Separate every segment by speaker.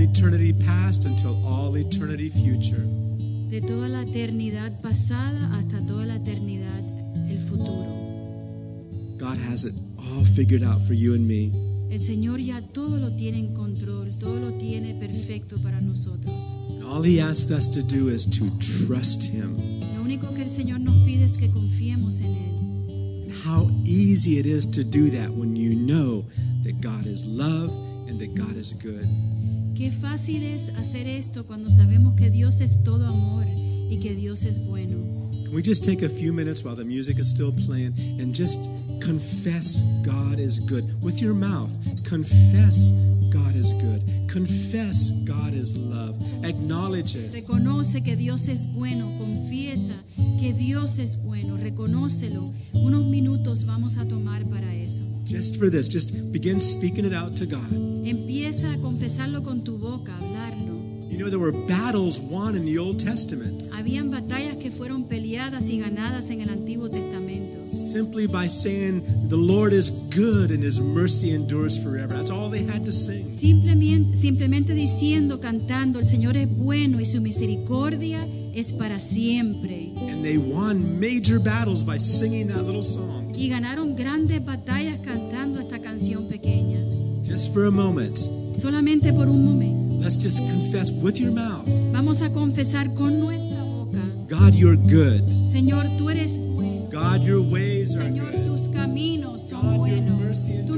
Speaker 1: eternity past until all eternity future.
Speaker 2: de toda la eternidad pasada hasta toda la eternidad el futuro.
Speaker 1: God has it all figured out for you and me.
Speaker 2: El Señor ya todo lo tiene en control, todo lo tiene perfecto para nosotros.
Speaker 1: And all He asks us to do is to trust Him.
Speaker 2: Lo único que el Señor nos pide es que confiemos en Él.
Speaker 1: And how easy it is to do that when you know that God is love and that God is good.
Speaker 2: Qué fácil es hacer esto cuando sabemos que Dios es todo amor y que Dios es bueno.
Speaker 1: Can we just take a few minutes while the music is still playing and just confess God is good with your mouth? Confess God is good. Confess God is love. Acknowledge it.
Speaker 2: Reconoce que Dios es bueno, confiesa que Dios es bueno, reconócelo. Unos minutos vamos a tomar para eso.
Speaker 1: Just for this, just begin speaking it out to God.
Speaker 2: Empieza a confesarlo con tu boca, hablarlo.
Speaker 1: You know, there were battles won in the Old Testament
Speaker 2: Habían batallas que fueron peleadas y ganadas en el Antiguo Testamento.
Speaker 1: simply by saying, The Lord is good and his mercy endures forever. That's all they had to sing.
Speaker 2: Simplemente, simplemente diciendo, cantando, el Señor es bueno y su misericordia es para siempre.
Speaker 1: And they won major battles by singing that little song.
Speaker 2: Y ganaron grandes batallas cantando esta canción pequeña.
Speaker 1: Just for a moment.
Speaker 2: Solamente por un momento.
Speaker 1: Let's just confess with your mouth
Speaker 2: Vamos a confesar con nuestra boca,
Speaker 1: God, you're good.
Speaker 2: Señor, tú eres bueno.
Speaker 1: God, your ways are
Speaker 2: Señor,
Speaker 1: good.
Speaker 2: tus caminos son buenos. Tu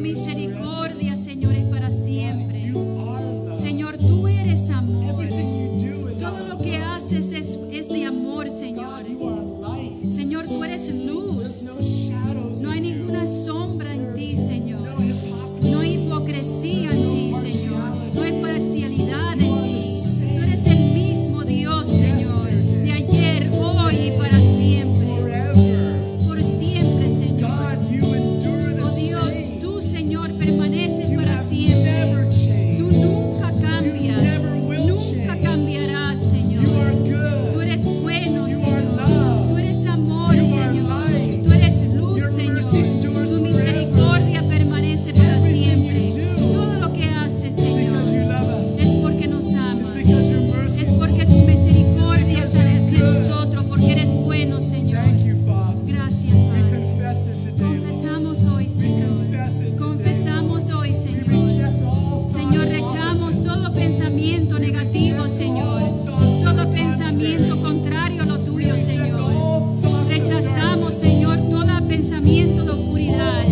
Speaker 2: misericordia, Señor, es para siempre.
Speaker 1: You are love.
Speaker 2: Señor, tú eres amor.
Speaker 1: Everything you do is
Speaker 2: Todo
Speaker 1: love.
Speaker 2: lo que haces es, es de amor, Señor.
Speaker 1: God, you are light.
Speaker 2: Señor, tú eres
Speaker 1: There's
Speaker 2: luz.
Speaker 1: no shadows
Speaker 2: No hay
Speaker 1: in you.
Speaker 2: ninguna sombra en ti,
Speaker 1: No
Speaker 2: Señor.
Speaker 1: hypocrisy.
Speaker 2: No hay hipocresía en ti, Señor. No hay parcialidad en ti. Tú eres el mismo Dios, Señor. De ayer, hoy y para siempre.
Speaker 1: Forever.
Speaker 2: Por siempre, Señor.
Speaker 1: God, you endure the
Speaker 2: Oh Dios,
Speaker 1: same.
Speaker 2: tú, Señor, permaneces
Speaker 1: You
Speaker 2: para
Speaker 1: have
Speaker 2: siempre.
Speaker 1: never
Speaker 2: Tú
Speaker 1: changed.
Speaker 2: nunca cambias. Nunca cambiarás, Señor.
Speaker 1: You are
Speaker 2: Tú
Speaker 1: good.
Speaker 2: eres bueno,
Speaker 1: You
Speaker 2: Señor.
Speaker 1: are love.
Speaker 2: Tú eres amor,
Speaker 1: You are
Speaker 2: Señor.
Speaker 1: light.
Speaker 2: Tú eres luz,
Speaker 1: Your
Speaker 2: Señor.
Speaker 1: mercy endures
Speaker 2: Tu misericordia permanece para
Speaker 1: Everything you
Speaker 2: siempre.
Speaker 1: do
Speaker 2: Todo lo que haces,
Speaker 1: Because you
Speaker 2: Señor,
Speaker 1: love us.
Speaker 2: es porque nos
Speaker 1: It's
Speaker 2: amas.
Speaker 1: because your mercy.
Speaker 2: Es porque tu misericordia
Speaker 1: It's
Speaker 2: está
Speaker 1: because
Speaker 2: hacia
Speaker 1: you're good.
Speaker 2: nosotros, porque eres bueno, Señor.
Speaker 1: Thank you, Father.
Speaker 2: Gracias,
Speaker 1: We
Speaker 2: Padre.
Speaker 1: confess it today, Lord.
Speaker 2: Confesamos hoy,
Speaker 1: confess it
Speaker 2: Señor.
Speaker 1: today,
Speaker 2: Confesamos hoy,
Speaker 1: We
Speaker 2: Señor.
Speaker 1: reject all thoughts
Speaker 2: Señor,
Speaker 1: of
Speaker 2: rechamos
Speaker 1: opposite.
Speaker 2: todo pensamiento negativo, Señor. Todo pensamiento contrario a lo tuyo, Señor. Rechazamos, Señor, todo pensamiento de oscuridad.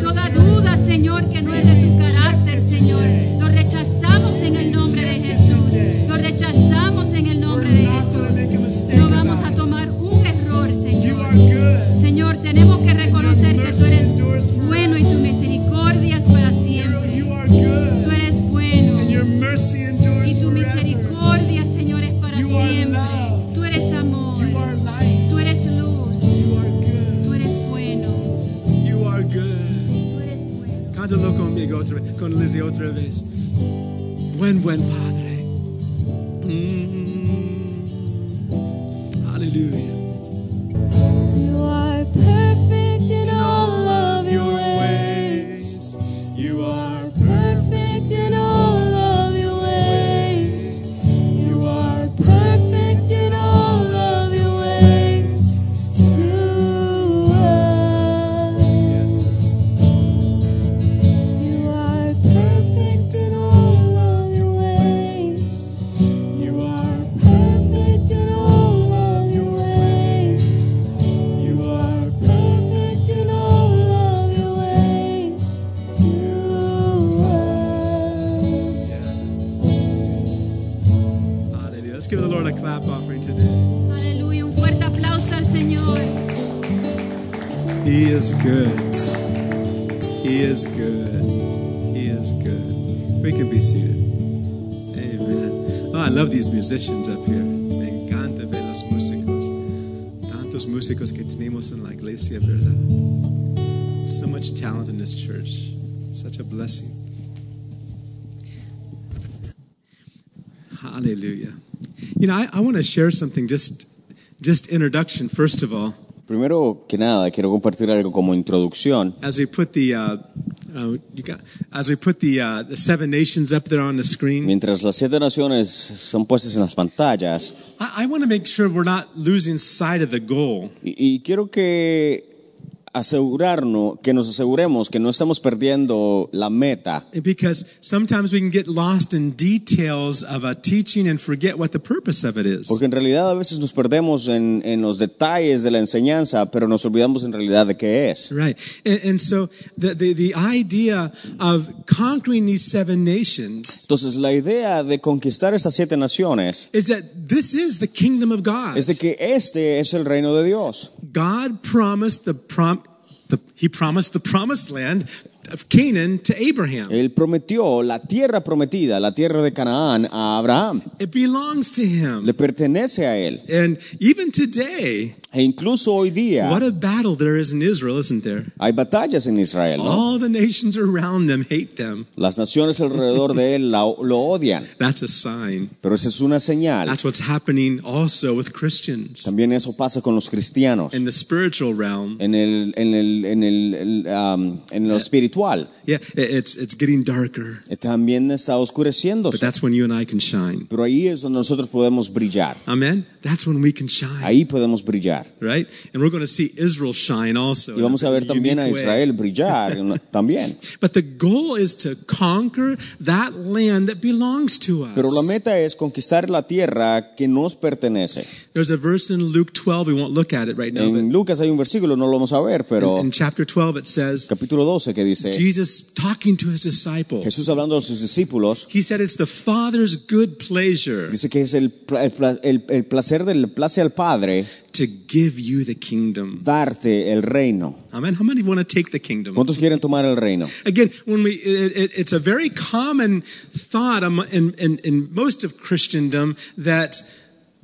Speaker 2: Toda duda, Señor, que no es de tu carácter, Señor. Lo rechazamos en el nombre de Jesús. Lo rechazamos en el nombre de Jesús. No vamos a tomar un error,
Speaker 1: You
Speaker 2: Señor.
Speaker 1: are good.
Speaker 2: Señor, tenemos que reconocer que tú eres bueno y tu misericordia es para siempre.
Speaker 1: You are good.
Speaker 2: Tú eres bueno.
Speaker 1: And your mercy
Speaker 2: Y
Speaker 1: endures
Speaker 2: tu
Speaker 1: forever.
Speaker 2: misericordia, Señor, es para
Speaker 1: You are
Speaker 2: siempre.
Speaker 1: love.
Speaker 2: Tú eres amor.
Speaker 1: You are light.
Speaker 2: Tú eres luz.
Speaker 1: You are
Speaker 2: Tú
Speaker 1: good.
Speaker 2: eres bueno.
Speaker 1: You are good.
Speaker 2: Tú eres bueno.
Speaker 1: Cántalo conmigo otra vez, con Lizzie otra vez. Buen, buen Padre. Mm. Aleluya.
Speaker 3: You are perfect in all of your
Speaker 1: Your
Speaker 3: ways.
Speaker 1: ways,
Speaker 3: You are perfect in all of your ways. You are perfect in all of your ways to us. You are perfect in all of your ways. You are perfect in all of your ways. You are perfect in all of your ways to us.
Speaker 1: Aleluya. Let's give the Lord a clap offering today.
Speaker 2: Aleluya. Un fuerte aplauso al Señor.
Speaker 1: He is good. He is good. He is good. We can be seated. Amen. Oh, I love these musicians up here. Me encanta ver los músicos. Tantos músicos que tenemos en la iglesia, ¿verdad? So much talent in this church. Such a blessing. Hallelujah. You know, I, I want to share something just just introduction first of all
Speaker 4: Primero que nada, quiero compartir algo como introducción
Speaker 1: as we put the uh, Uh, you got, as we put the, uh, the seven nations up there on the screen,
Speaker 4: Mientras las siete naciones son puestas en las pantallas,
Speaker 1: I, I want to make sure we're not losing sight of the goal.
Speaker 4: y, y quiero que asegurarnos, que nos aseguremos que no estamos perdiendo la meta.
Speaker 1: Because sometimes we can get lost in details of a teaching and forget what the purpose of it is.
Speaker 4: Porque en realidad a veces nos perdemos en, en los detalles de la enseñanza, pero nos olvidamos en realidad de qué es.
Speaker 1: Right. And, and so the, the, the idea of conquering these seven nations
Speaker 4: Entonces la idea de conquistar estas siete naciones
Speaker 1: is that this is the kingdom of God.
Speaker 4: es de que este es el reino de Dios.
Speaker 1: God promised the prom the, he promised the promised land of Canaan to Abraham.
Speaker 4: Él prometió la tierra prometida, la tierra de Canaán, a Abraham.
Speaker 1: It belongs to him.
Speaker 4: Le pertenece a él.
Speaker 1: And even today,
Speaker 4: E incluso hoy
Speaker 1: what
Speaker 4: día
Speaker 1: a battle there is in Israel, isn't there?
Speaker 4: hay batallas en Israel. ¿no?
Speaker 1: All the nations around them hate them.
Speaker 4: Las naciones alrededor de él la- lo odian,
Speaker 1: That's a sign.
Speaker 4: pero esa es una señal.
Speaker 1: That's what's happening also with Christians
Speaker 4: También eso pasa con los cristianos.
Speaker 1: in the spiritual realm.
Speaker 4: En, el, en, el, en, el, el, um, en
Speaker 1: Eh.
Speaker 4: lo espiritual
Speaker 1: Yeah, it- it's it's getting darker,
Speaker 4: eh, también está
Speaker 1: but
Speaker 4: oscureciéndose.
Speaker 1: that's when you and I can shine.
Speaker 4: Pero ahí es donde nosotros podemos brillar.
Speaker 1: Amen. That's when we can shine,
Speaker 4: Ahí podemos brillar.
Speaker 1: right? And we're going to see Israel shine also.
Speaker 4: Y vamos a ver
Speaker 1: in a very
Speaker 4: también a
Speaker 1: unique way.
Speaker 4: Israel brillar en- también.
Speaker 1: But the goal is to conquer that land that belongs to us.
Speaker 4: Pero la meta es conquistar la tierra que nos pertenece.
Speaker 1: There's a verse in Luke 12, we won't look at it right now, but
Speaker 4: En Lucas hay un versículo, no lo vamos a ver,
Speaker 1: in,
Speaker 4: pero
Speaker 1: in chapter 12 it says,
Speaker 4: capítulo 12 que dice,
Speaker 1: Jesus talking to his disciples,
Speaker 4: Jesús hablando a sus discípulos,
Speaker 1: he said, It's the Father's good pleasure
Speaker 4: dice que es el, pla- el pla- el- el placer del place al Padre
Speaker 1: to give you the kingdom.
Speaker 4: darte el reino.
Speaker 1: Amen. How many want to take the kingdom?
Speaker 4: ¿Cuántos quieren tomar el reino?
Speaker 1: Again, when we, it, it- it's a very common thought am- in, in, in most of Christendom that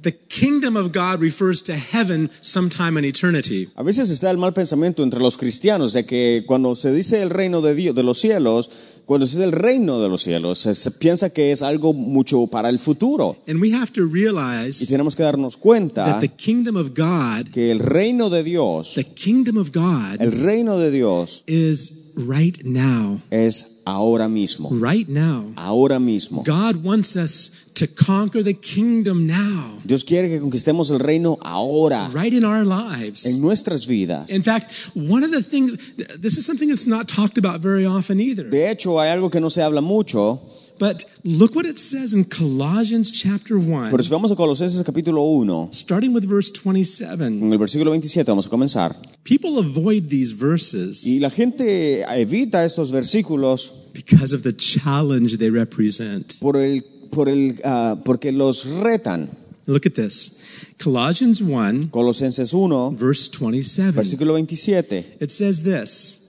Speaker 1: the kingdom of God refers to heaven sometime in eternity.
Speaker 4: A veces está el mal pensamiento entre los cristianos de que cuando se dice el reino de Dios, de los cielos, cuando se dice el reino de los cielos, se, se piensa que es algo mucho para el futuro.
Speaker 1: And we have to
Speaker 4: Y
Speaker 1: realize
Speaker 4: tenemos que darnos cuenta
Speaker 1: that the kingdom of God,
Speaker 4: que el reino de Dios,
Speaker 1: the kingdom of God
Speaker 4: el reino de Dios
Speaker 1: is right now.
Speaker 4: es ahora mismo,
Speaker 1: Right now.
Speaker 4: ahora mismo.
Speaker 1: God wants us to conquer the kingdom now,
Speaker 4: Dios quiere que conquistemos el reino ahora,
Speaker 1: right in our lives.
Speaker 4: en nuestras vidas.
Speaker 1: In fact, one of the things, this is something that's not talked about very often either,
Speaker 4: De hecho, hay algo que no se habla mucho,
Speaker 1: but look what it says in Colossians chapter 1,
Speaker 4: pero si vamos a Colosenses capítulo 1,
Speaker 1: starting with verse 27.
Speaker 4: en el versículo 27 vamos a comenzar.
Speaker 1: People avoid these
Speaker 4: Y
Speaker 1: verses
Speaker 4: la gente evita estos versículos
Speaker 1: because of the challenge they represent.
Speaker 4: por el, por el, ah, porque los retan.
Speaker 1: Look at this Colossians 1,
Speaker 4: Colosenses 1,
Speaker 1: verse 27.
Speaker 4: versículo 27.
Speaker 1: It says this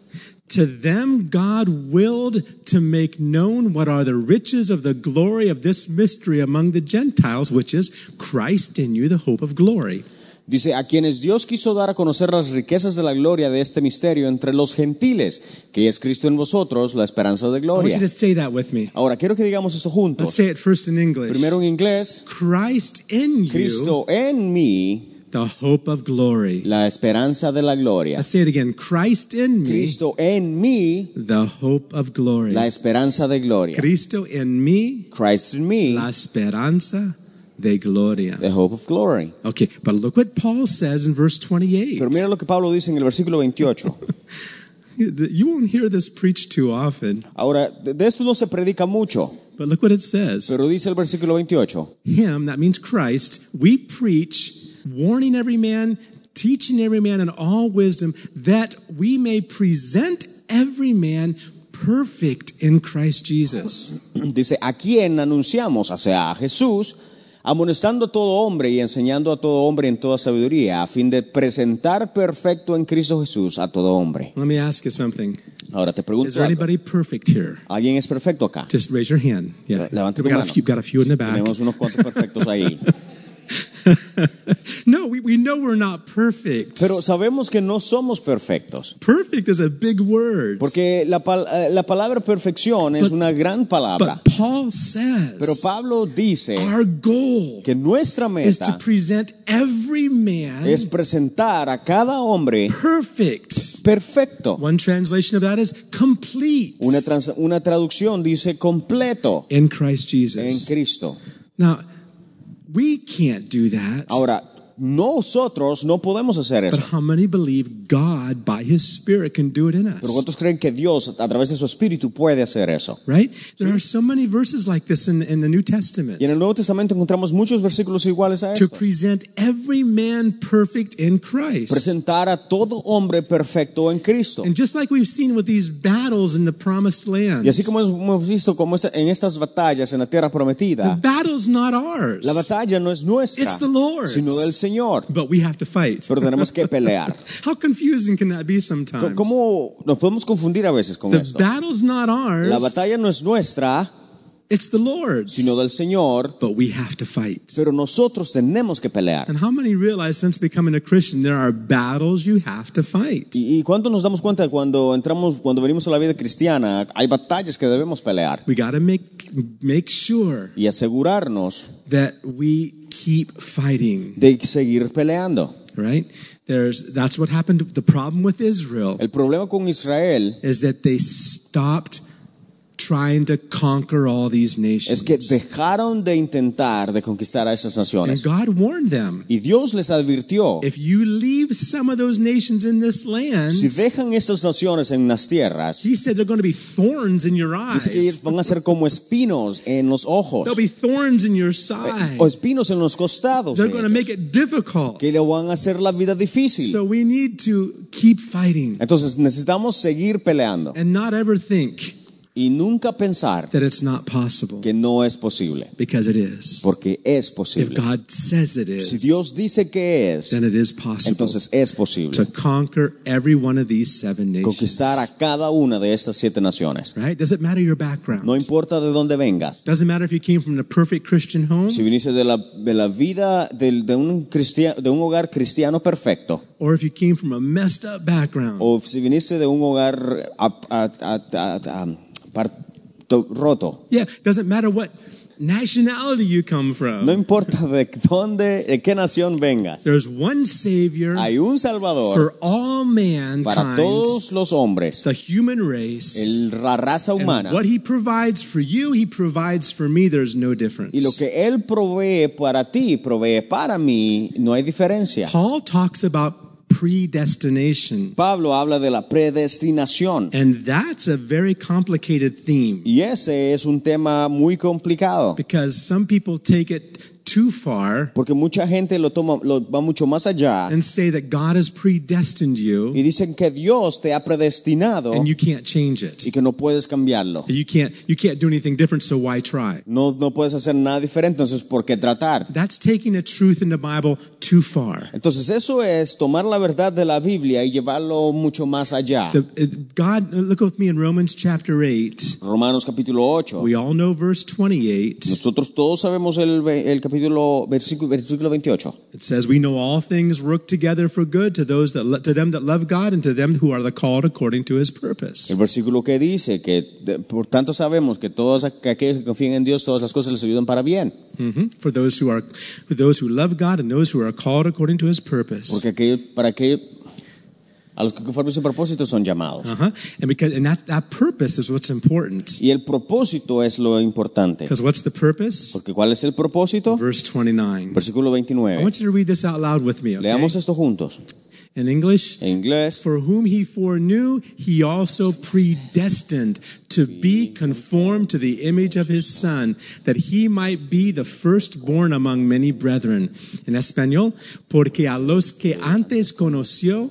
Speaker 1: To them God willed to make known what are the riches of the glory of this mystery among the Gentiles, which is Christ in you, the hope of glory.
Speaker 4: Dice, a quienes Dios quiso dar a conocer las riquezas de la gloria de este misterio entre los gentiles, que es Cristo en vosotros, la esperanza de
Speaker 1: I want
Speaker 4: gloria.
Speaker 1: you to say that with me.
Speaker 4: Ahora, quiero que digamos esto
Speaker 1: Let's
Speaker 4: juntos.
Speaker 1: say it first in English.
Speaker 4: Primero en inglés,
Speaker 1: Christ in you,
Speaker 4: Cristo en mí,
Speaker 1: the hope of glory.
Speaker 4: la esperanza de la gloria.
Speaker 1: Let's say it again. Christ in me,
Speaker 4: Cristo en mí,
Speaker 1: the hope of glory.
Speaker 4: la esperanza de gloria.
Speaker 1: Cristo en me,
Speaker 4: Christ in me,
Speaker 1: la esperanza de gloria.
Speaker 4: the hope of glory.
Speaker 1: Okay, but look what Paul says in verse 28.
Speaker 4: Pero mira lo que Pablo dice en el versículo 28.
Speaker 1: You won't hear this preached too often,
Speaker 4: Ahora, de de esto no se predica mucho,
Speaker 1: but look what it says.
Speaker 4: pero dice el versículo 28.
Speaker 1: Him, that means Christ, we preach, warning every man, teaching every man in all wisdom, that we may present every man perfect in Christ Jesus.
Speaker 4: Dice, ¿a quién anunciamos? O sea, a Jesús, amonestando a todo hombre y enseñando a todo hombre en toda sabiduría, a fin de presentar perfecto en Cristo Jesús a todo hombre.
Speaker 1: Let me ask you something.
Speaker 4: Ahora te
Speaker 1: Is
Speaker 4: pregunto,
Speaker 1: there
Speaker 4: algo.
Speaker 1: anybody perfect here?
Speaker 4: ¿alguien es perfecto acá?
Speaker 1: Just uh, raise your hand. Yeah.
Speaker 4: Levante
Speaker 1: we
Speaker 4: tu
Speaker 1: got a
Speaker 4: mano.
Speaker 1: few, got a few in the back.
Speaker 4: Tenemos unos cuantos perfectos ahí.
Speaker 1: no, know we, we know we're not perfect.
Speaker 4: Pero sabemos que no somos perfectos.
Speaker 1: perfect is a big word.
Speaker 4: Porque la, pal- eh, la palabra perfección es
Speaker 1: But-
Speaker 4: una gran palabra.
Speaker 1: But Paul says
Speaker 4: Pero Pablo dice
Speaker 1: our goal
Speaker 4: que nuestra
Speaker 1: is to
Speaker 4: meta
Speaker 1: present every man
Speaker 4: es presentar a cada hombre
Speaker 1: perfect.
Speaker 4: perfecto.
Speaker 1: One translation of that is complete
Speaker 4: Una, trans- una traducción dice completo
Speaker 1: in Christ
Speaker 4: en
Speaker 1: Jesus.
Speaker 4: Cristo.
Speaker 1: Now, we can't do that.
Speaker 4: Ahora, nosotros no podemos hacer
Speaker 1: But
Speaker 4: eso.
Speaker 1: how many believe God by his spirit can do it in
Speaker 4: Pero
Speaker 1: us?
Speaker 4: ¿cuántos creen que Dios a través de su espíritu puede hacer eso?
Speaker 1: Right? There are so many verses like this in, in the New Testament.
Speaker 4: Y en el Nuevo Testamento encontramos muchos versículos iguales a
Speaker 1: to
Speaker 4: esto.
Speaker 1: present every man perfect in Christ.
Speaker 4: Presentar a todo hombre perfecto en Cristo.
Speaker 1: And just like we've seen with these battles in the promised land,
Speaker 4: Y así como hemos visto como esta- en estas batallas en la tierra
Speaker 1: the
Speaker 4: prometida,
Speaker 1: battle's not ours.
Speaker 4: la batalla no es nuestra,
Speaker 1: It's the Lord's.
Speaker 4: sino del Señor.
Speaker 1: But we have to fight.
Speaker 4: Pero tenemos que pelear.
Speaker 1: How confusing can that be
Speaker 4: Co-
Speaker 1: sometimes?
Speaker 4: ¿Cómo nos podemos confundir a veces con
Speaker 1: The
Speaker 4: esto?
Speaker 1: battle's not ours.
Speaker 4: La batalla no es nuestra,
Speaker 1: It's the Lord's.
Speaker 4: sino del Señor,
Speaker 1: but we have to fight.
Speaker 4: pero nosotros tenemos que pelear.
Speaker 1: and how many realize since becoming a Christian there are battles you have to fight?
Speaker 4: ¿Y, y cuánto nos damos cuenta cuando entramos, cuando venimos a la vida cristiana, hay batallas que debemos pelear
Speaker 1: We got to make make sure
Speaker 4: y asegurarnos
Speaker 1: that we keep fighting,
Speaker 4: de seguir peleando.
Speaker 1: right? There's that's what happened the problem with Israel
Speaker 4: El problema con Israel
Speaker 1: is that they stopped trying to conquer all these nations.
Speaker 4: es que dejaron de intentar de conquistar a esas
Speaker 1: and
Speaker 4: naciones.
Speaker 1: God warned them,
Speaker 4: Y Dios les advirtió,
Speaker 1: if you leave some of those nations in this land,
Speaker 4: si dejan estas naciones en las tierras,
Speaker 1: he said they're going to be thorns in your eyes.
Speaker 4: dice que ellos van a ser como espinos en los ojos,
Speaker 1: There'll be thorns in your
Speaker 4: eh,
Speaker 1: side.
Speaker 4: o espinos en los costados, de
Speaker 1: They're going to make
Speaker 4: ellos,
Speaker 1: it difficult.
Speaker 4: que le van a hacer la vida difícil.
Speaker 1: So we need to keep fighting
Speaker 4: Entonces necesitamos seguir peleando
Speaker 1: and not ever think
Speaker 4: y nunca pensar
Speaker 1: that it's not possible
Speaker 4: que no es posible,
Speaker 1: because it is.
Speaker 4: porque es
Speaker 1: If
Speaker 4: posible.
Speaker 1: God says it
Speaker 4: Si
Speaker 1: is,
Speaker 4: Dios dice que es,
Speaker 1: then it is possible
Speaker 4: entonces es
Speaker 1: to
Speaker 4: posible
Speaker 1: conquer every one of these seven nations.
Speaker 4: conquistar a cada una de estas siete naciones.
Speaker 1: Right? Doesn't matter your background.
Speaker 4: No importa de dónde vengas.
Speaker 1: Doesn't matter if you came from a perfect Christian home
Speaker 4: Si viniste de la, de la vida del- de, un cristia- de un hogar cristiano perfecto,
Speaker 1: or if you came from a messed up background.
Speaker 4: o si viniste de un hogar a- a- a- a- a- par- to- roto,
Speaker 1: Yeah, doesn't matter what nationality you come
Speaker 4: no
Speaker 1: from.
Speaker 4: importa de dónde, de qué nación vengas,
Speaker 1: There's one Savior
Speaker 4: hay un Salvador
Speaker 1: for all
Speaker 4: para
Speaker 1: mankind.
Speaker 4: todos los hombres,
Speaker 1: the human race
Speaker 4: el- la raza
Speaker 1: and
Speaker 4: humana.
Speaker 1: what he provides for you he provides for me there's no difference
Speaker 4: Y lo que Él provee para ti, provee para mí, no hay diferencia.
Speaker 1: paul talks about predestination
Speaker 4: Pablo habla de la predestinación.
Speaker 1: and that's a very complicated theme
Speaker 4: Y ese es un tema muy complicado.
Speaker 1: because some people take it too far
Speaker 4: Porque mucha gente lo toma, lo va mucho más allá
Speaker 1: and say that god has predestined you
Speaker 4: y dicen que Dios te ha predestinado
Speaker 1: and you can't change it
Speaker 4: y que no puedes cambiarlo.
Speaker 1: you can't you can't do anything different so why try
Speaker 4: No, no puedes hacer nada diferente, entonces ¿por qué tratar?
Speaker 1: that's taking a truth in the bible too far
Speaker 4: Entonces eso es tomar la verdad de la Biblia y llevarlo mucho más allá.
Speaker 1: the, it- god look with me in romans chapter 8
Speaker 4: Romanos capítulo 8.
Speaker 1: we all know verse 28
Speaker 4: Nosotros todos sabemos el, ve- el capítulo, versículo, versículo 28.
Speaker 1: It says, "We know all things work together for good to those that lo- to them that love God and to them who are the called according to His purpose."
Speaker 4: El versículo que dice que de- por tanto sabemos que todos aqu- aquellos que confían en Dios, todas las cosas les ayudan para bien.
Speaker 1: Mhm. For those who are, for those who love God and those who are called according to His purpose.
Speaker 4: Porque aquello- para que a los que conforme a su propósito son llamados.
Speaker 1: Uh-huh. And because and that that purpose is what's important.
Speaker 4: Y el propósito es lo importante.
Speaker 1: Because what's the purpose?
Speaker 4: Porque ¿cuál es el propósito?
Speaker 1: Verse twenty nine.
Speaker 4: Versículo
Speaker 1: I
Speaker 4: 29.
Speaker 1: want you to read this out loud with me, okay?
Speaker 4: Leamos esto juntos.
Speaker 1: In English.
Speaker 4: En inglés.
Speaker 1: For whom he foreknew, he also predestined to be conformed to the image of his son, that he might be the firstborn among many brethren. En español, porque a los que antes conoció,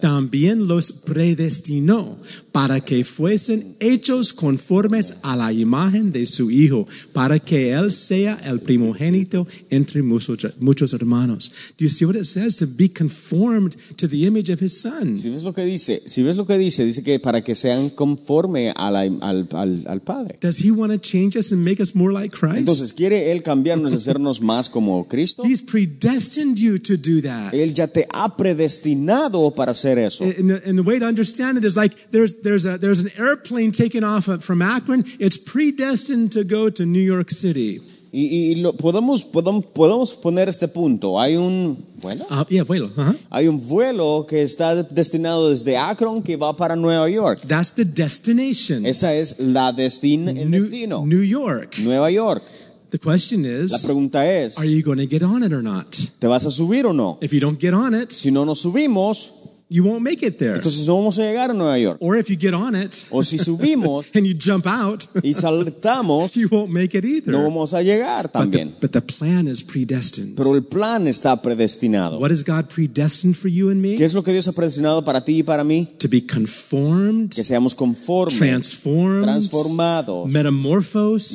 Speaker 1: también los predestinó para que fuesen hechos conformes a la imagen de su Hijo, para que Él sea el primogénito entre muchos, muchos hermanos. Do you see what it says? To be conformed to the image of His Son.
Speaker 4: Si ves lo que dice, si ves lo que dice, dice que para que sean conforme a la- al, al- al Padre.
Speaker 1: Does He want to change us and make us more like Christ?
Speaker 4: Entonces, ¿quiere Él cambiarnos, hacernos más como Cristo?
Speaker 1: He's predestined you to do that.
Speaker 4: Él ya te ha predestinado para hacer eso.
Speaker 1: And the, and the way to understand it is like there's, there's, a, there's an airplane taking off from Akron. It's predestined to go to New York City.
Speaker 4: Y, y lo, podemos, podemos, podemos poner este punto. Hay un, bueno,
Speaker 1: Uh, yeah, bueno. uh-huh.
Speaker 4: hay un vuelo que está destinado desde Akron que va para Nueva York.
Speaker 1: That's the destination.
Speaker 4: Esa es la destin, el destino.
Speaker 1: New York.
Speaker 4: Nueva York.
Speaker 1: The question
Speaker 4: La
Speaker 1: is,
Speaker 4: pregunta es,
Speaker 1: are you going to get on it or not?
Speaker 4: ¿te vas a subir o no?
Speaker 1: If you don't get on it,
Speaker 4: Si no nos subimos,
Speaker 1: you won't make it there.
Speaker 4: entonces no vamos a llegar a Nueva York.
Speaker 1: Or if you get on it
Speaker 4: O si subimos
Speaker 1: and you jump out,
Speaker 4: y saltamos,
Speaker 1: you won't make it either.
Speaker 4: no vamos a llegar
Speaker 1: but, the,
Speaker 4: también.
Speaker 1: but the plan is predestined.
Speaker 4: Pero el plan está predestinado.
Speaker 1: What is God predestined for you and
Speaker 4: ¿Qué
Speaker 1: me?
Speaker 4: es lo que Dios ha predestinado para ti y para mí?
Speaker 1: To be conformed,
Speaker 4: Que seamos conformes,
Speaker 1: transformed,
Speaker 4: transformados,
Speaker 1: metamorphosed,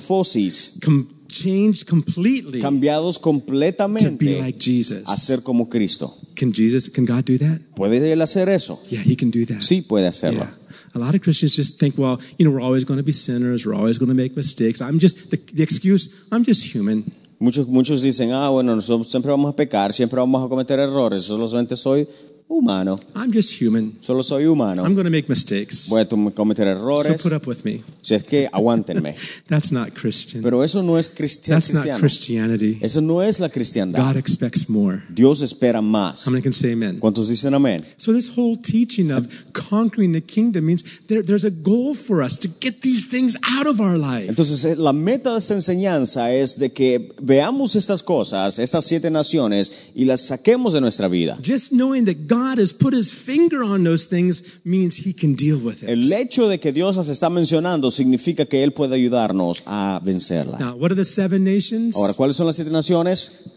Speaker 4: metamorfosis,
Speaker 1: com- changed completely
Speaker 4: cambiados
Speaker 1: to be
Speaker 4: completamente
Speaker 1: like Jesus.
Speaker 4: a ser como Cristo.
Speaker 1: Can Jesus, can God do that?
Speaker 4: ¿Puede Él hacer eso?
Speaker 1: Yeah, he can do that.
Speaker 4: Sí puede hacerlo.
Speaker 1: Yeah. A lot of Christians just think, well, you know, we're always going to be sinners. We're always going to make mistakes. I'm just, the, the excuse, I'm just human.
Speaker 4: Muchos, muchos dicen, ah, bueno, nosotros siempre vamos a pecar, siempre vamos a cometer errores, solamente soy humano,
Speaker 1: I'm just human.
Speaker 4: solo soy humano.
Speaker 1: I'm going to make mistakes.
Speaker 4: Voy a tom- cometer
Speaker 1: So
Speaker 4: errores,
Speaker 1: put up with me.
Speaker 4: si es que aguántenme.
Speaker 1: That's not Christian.
Speaker 4: Pero eso no es cristi-
Speaker 1: That's not
Speaker 4: cristiano.
Speaker 1: Christianity.
Speaker 4: Eso no es la cristiandad.
Speaker 1: God expects more.
Speaker 4: Dios espera más.
Speaker 1: How many can say amen?
Speaker 4: ¿Cuántos dicen amén?
Speaker 1: So this whole teaching of conquering the kingdom means there, there's a goal for us to get these things out of our life.
Speaker 4: Entonces, eh, la meta de esta enseñanza es de que veamos estas cosas, estas siete naciones, y las saquemos de nuestra vida.
Speaker 1: Just knowing that God has put his finger on those things means he can deal with it.
Speaker 4: El hecho de que Dios las está mencionando significa que Él puede ayudarnos a vencerlas.
Speaker 1: Now, what are the seven nations?
Speaker 4: Ahora, ¿cuáles son las siete naciones?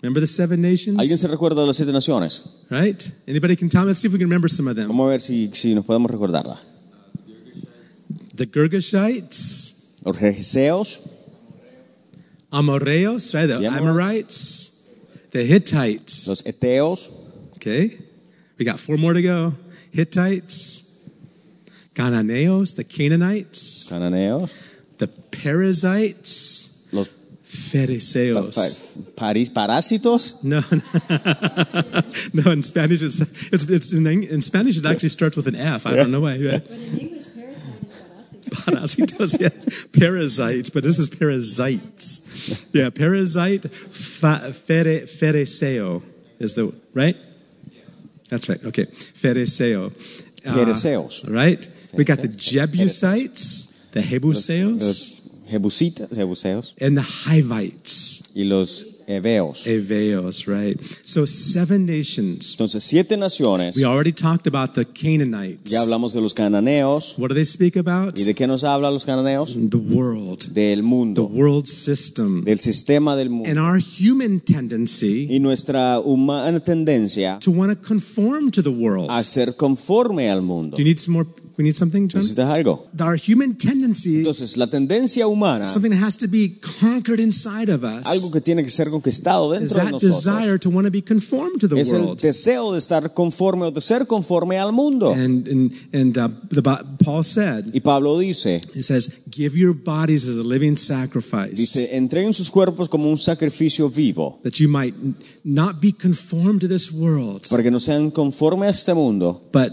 Speaker 1: Remember the seven
Speaker 4: ¿Alguien
Speaker 1: nations?
Speaker 4: se recuerda de las siete naciones?
Speaker 1: Right? Anybody can tell me? Let's see if we can remember some of them.
Speaker 4: Vamos a ver si, si nos podemos recordarla.
Speaker 1: The Girgashites,
Speaker 4: Los Jeseos,
Speaker 1: Amoreos, right? The
Speaker 4: The
Speaker 1: Amorites, the Hittites.
Speaker 4: los Eteos,
Speaker 1: Okay? We got four more to go. Hittites, Cananeos, the Canaanites,
Speaker 4: Cananeos,
Speaker 1: the Perizzites,
Speaker 4: los pa-
Speaker 1: Fariseos.
Speaker 4: pa- paris- parásitos.
Speaker 1: No, no. In Spanish, it's, it's, it's in, in Spanish. It actually starts with an F. I don't know why. Right?
Speaker 3: But in English, parasite is parasite.
Speaker 1: Parasitos, yeah. Parasite, but this is parasites. Yeah, parasite fa, fere, fereseo is the, right? That's right, okay. Fereseo. Uh,
Speaker 4: Fereseos.
Speaker 1: Right? We got the Jebusites, the Hebuseos,
Speaker 4: Los Jebusitas, Jebuseos
Speaker 1: and the Hivites,
Speaker 4: y los Eveos.
Speaker 1: Eh. Eveos, right? So seven nations.
Speaker 4: Entonces, siete naciones.
Speaker 1: We already talked about the Canaanites.
Speaker 4: Ya hablamos de los cananeos.
Speaker 1: What do they speak about?
Speaker 4: ¿Y de qué nos habla los cananeos?
Speaker 1: The world,
Speaker 4: Del
Speaker 1: the
Speaker 4: mundo,
Speaker 1: world system.
Speaker 4: del sistema del mundo.
Speaker 1: and our human tendency
Speaker 4: Y nuestra humana tendencia
Speaker 1: to want to conform to the world.
Speaker 4: a ser conforme al mundo.
Speaker 1: Do you need some more? We need something, John?
Speaker 4: ¿Necesitas algo?
Speaker 1: Our human tendency,
Speaker 4: Entonces, la tendencia humana,
Speaker 1: something that has to be conquered inside of
Speaker 4: algo
Speaker 1: us,
Speaker 4: que tiene que ser conquistado
Speaker 1: is
Speaker 4: dentro de
Speaker 1: that
Speaker 4: nosotros,
Speaker 1: desire to want to be conformed to the
Speaker 4: es el
Speaker 1: world.
Speaker 4: deseo de estar conforme o de ser conforme al mundo.
Speaker 1: And and and uh, the, Bi- Paul said,
Speaker 4: Y Pablo dice,
Speaker 1: he says, "Give your bodies as a living sacrifice,
Speaker 4: dice, entreguen sus cuerpos como un sacrificio vivo,
Speaker 1: that you might n- not be conformed to this world,
Speaker 4: para que no sean conforme a este mundo,
Speaker 1: but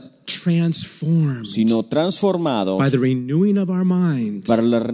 Speaker 1: transformed
Speaker 4: sino transformados
Speaker 1: by the renewing of our mind."
Speaker 4: para la-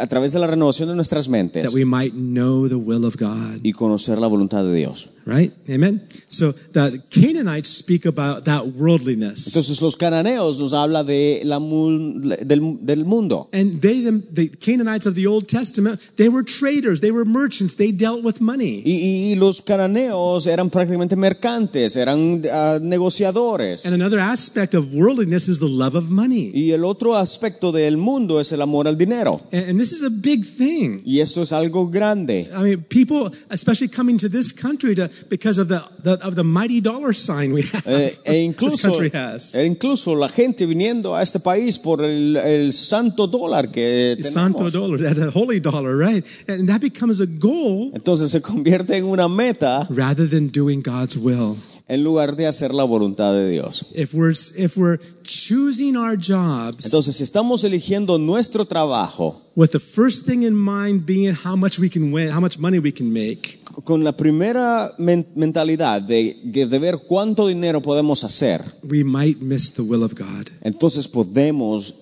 Speaker 4: a través de la renovación de nuestras mentes.
Speaker 1: that we might know the will of God.
Speaker 4: y conocer la voluntad de Dios.
Speaker 1: Right? Amen. So the Canaanites speak about that worldliness.
Speaker 4: Entonces los cananeos nos habla de la mu- del, del mundo.
Speaker 1: And they, them, the Canaanites of the Old Testament, they were traders, they were merchants, they dealt with money.
Speaker 4: Y, y- y los cananeos eran prácticamente mercantes, eran ah, negociadores.
Speaker 1: And another aspect of worldliness is the love of money.
Speaker 4: Y el otro aspecto del mundo es el amor al dinero.
Speaker 1: And, and this is a big thing.
Speaker 4: Y esto es algo grande.
Speaker 1: I mean, people, especially coming to this country to, because of the, the of the mighty dollar sign we have.
Speaker 4: Eh, e
Speaker 1: Ah, this
Speaker 4: incluso,
Speaker 1: country has.
Speaker 4: e incluso la gente viniendo a este país por el, el santo dólar que tenemos.
Speaker 1: Santo dollar, that's a holy dollar, right? And that becomes a goal
Speaker 4: Entonces se convierte en una meta
Speaker 1: rather than doing God's will.
Speaker 4: en lugar de hacer la voluntad de Dios.
Speaker 1: If we're if we're choosing our jobs
Speaker 4: Entonces, si estamos eligiendo nuestro trabajo
Speaker 1: with the first thing in mind being how much we can win, how much money we can make,
Speaker 4: con la primera men- mentalidad de, que- de ver cuánto dinero podemos hacer,
Speaker 1: we might miss the will of God.
Speaker 4: entonces podemos,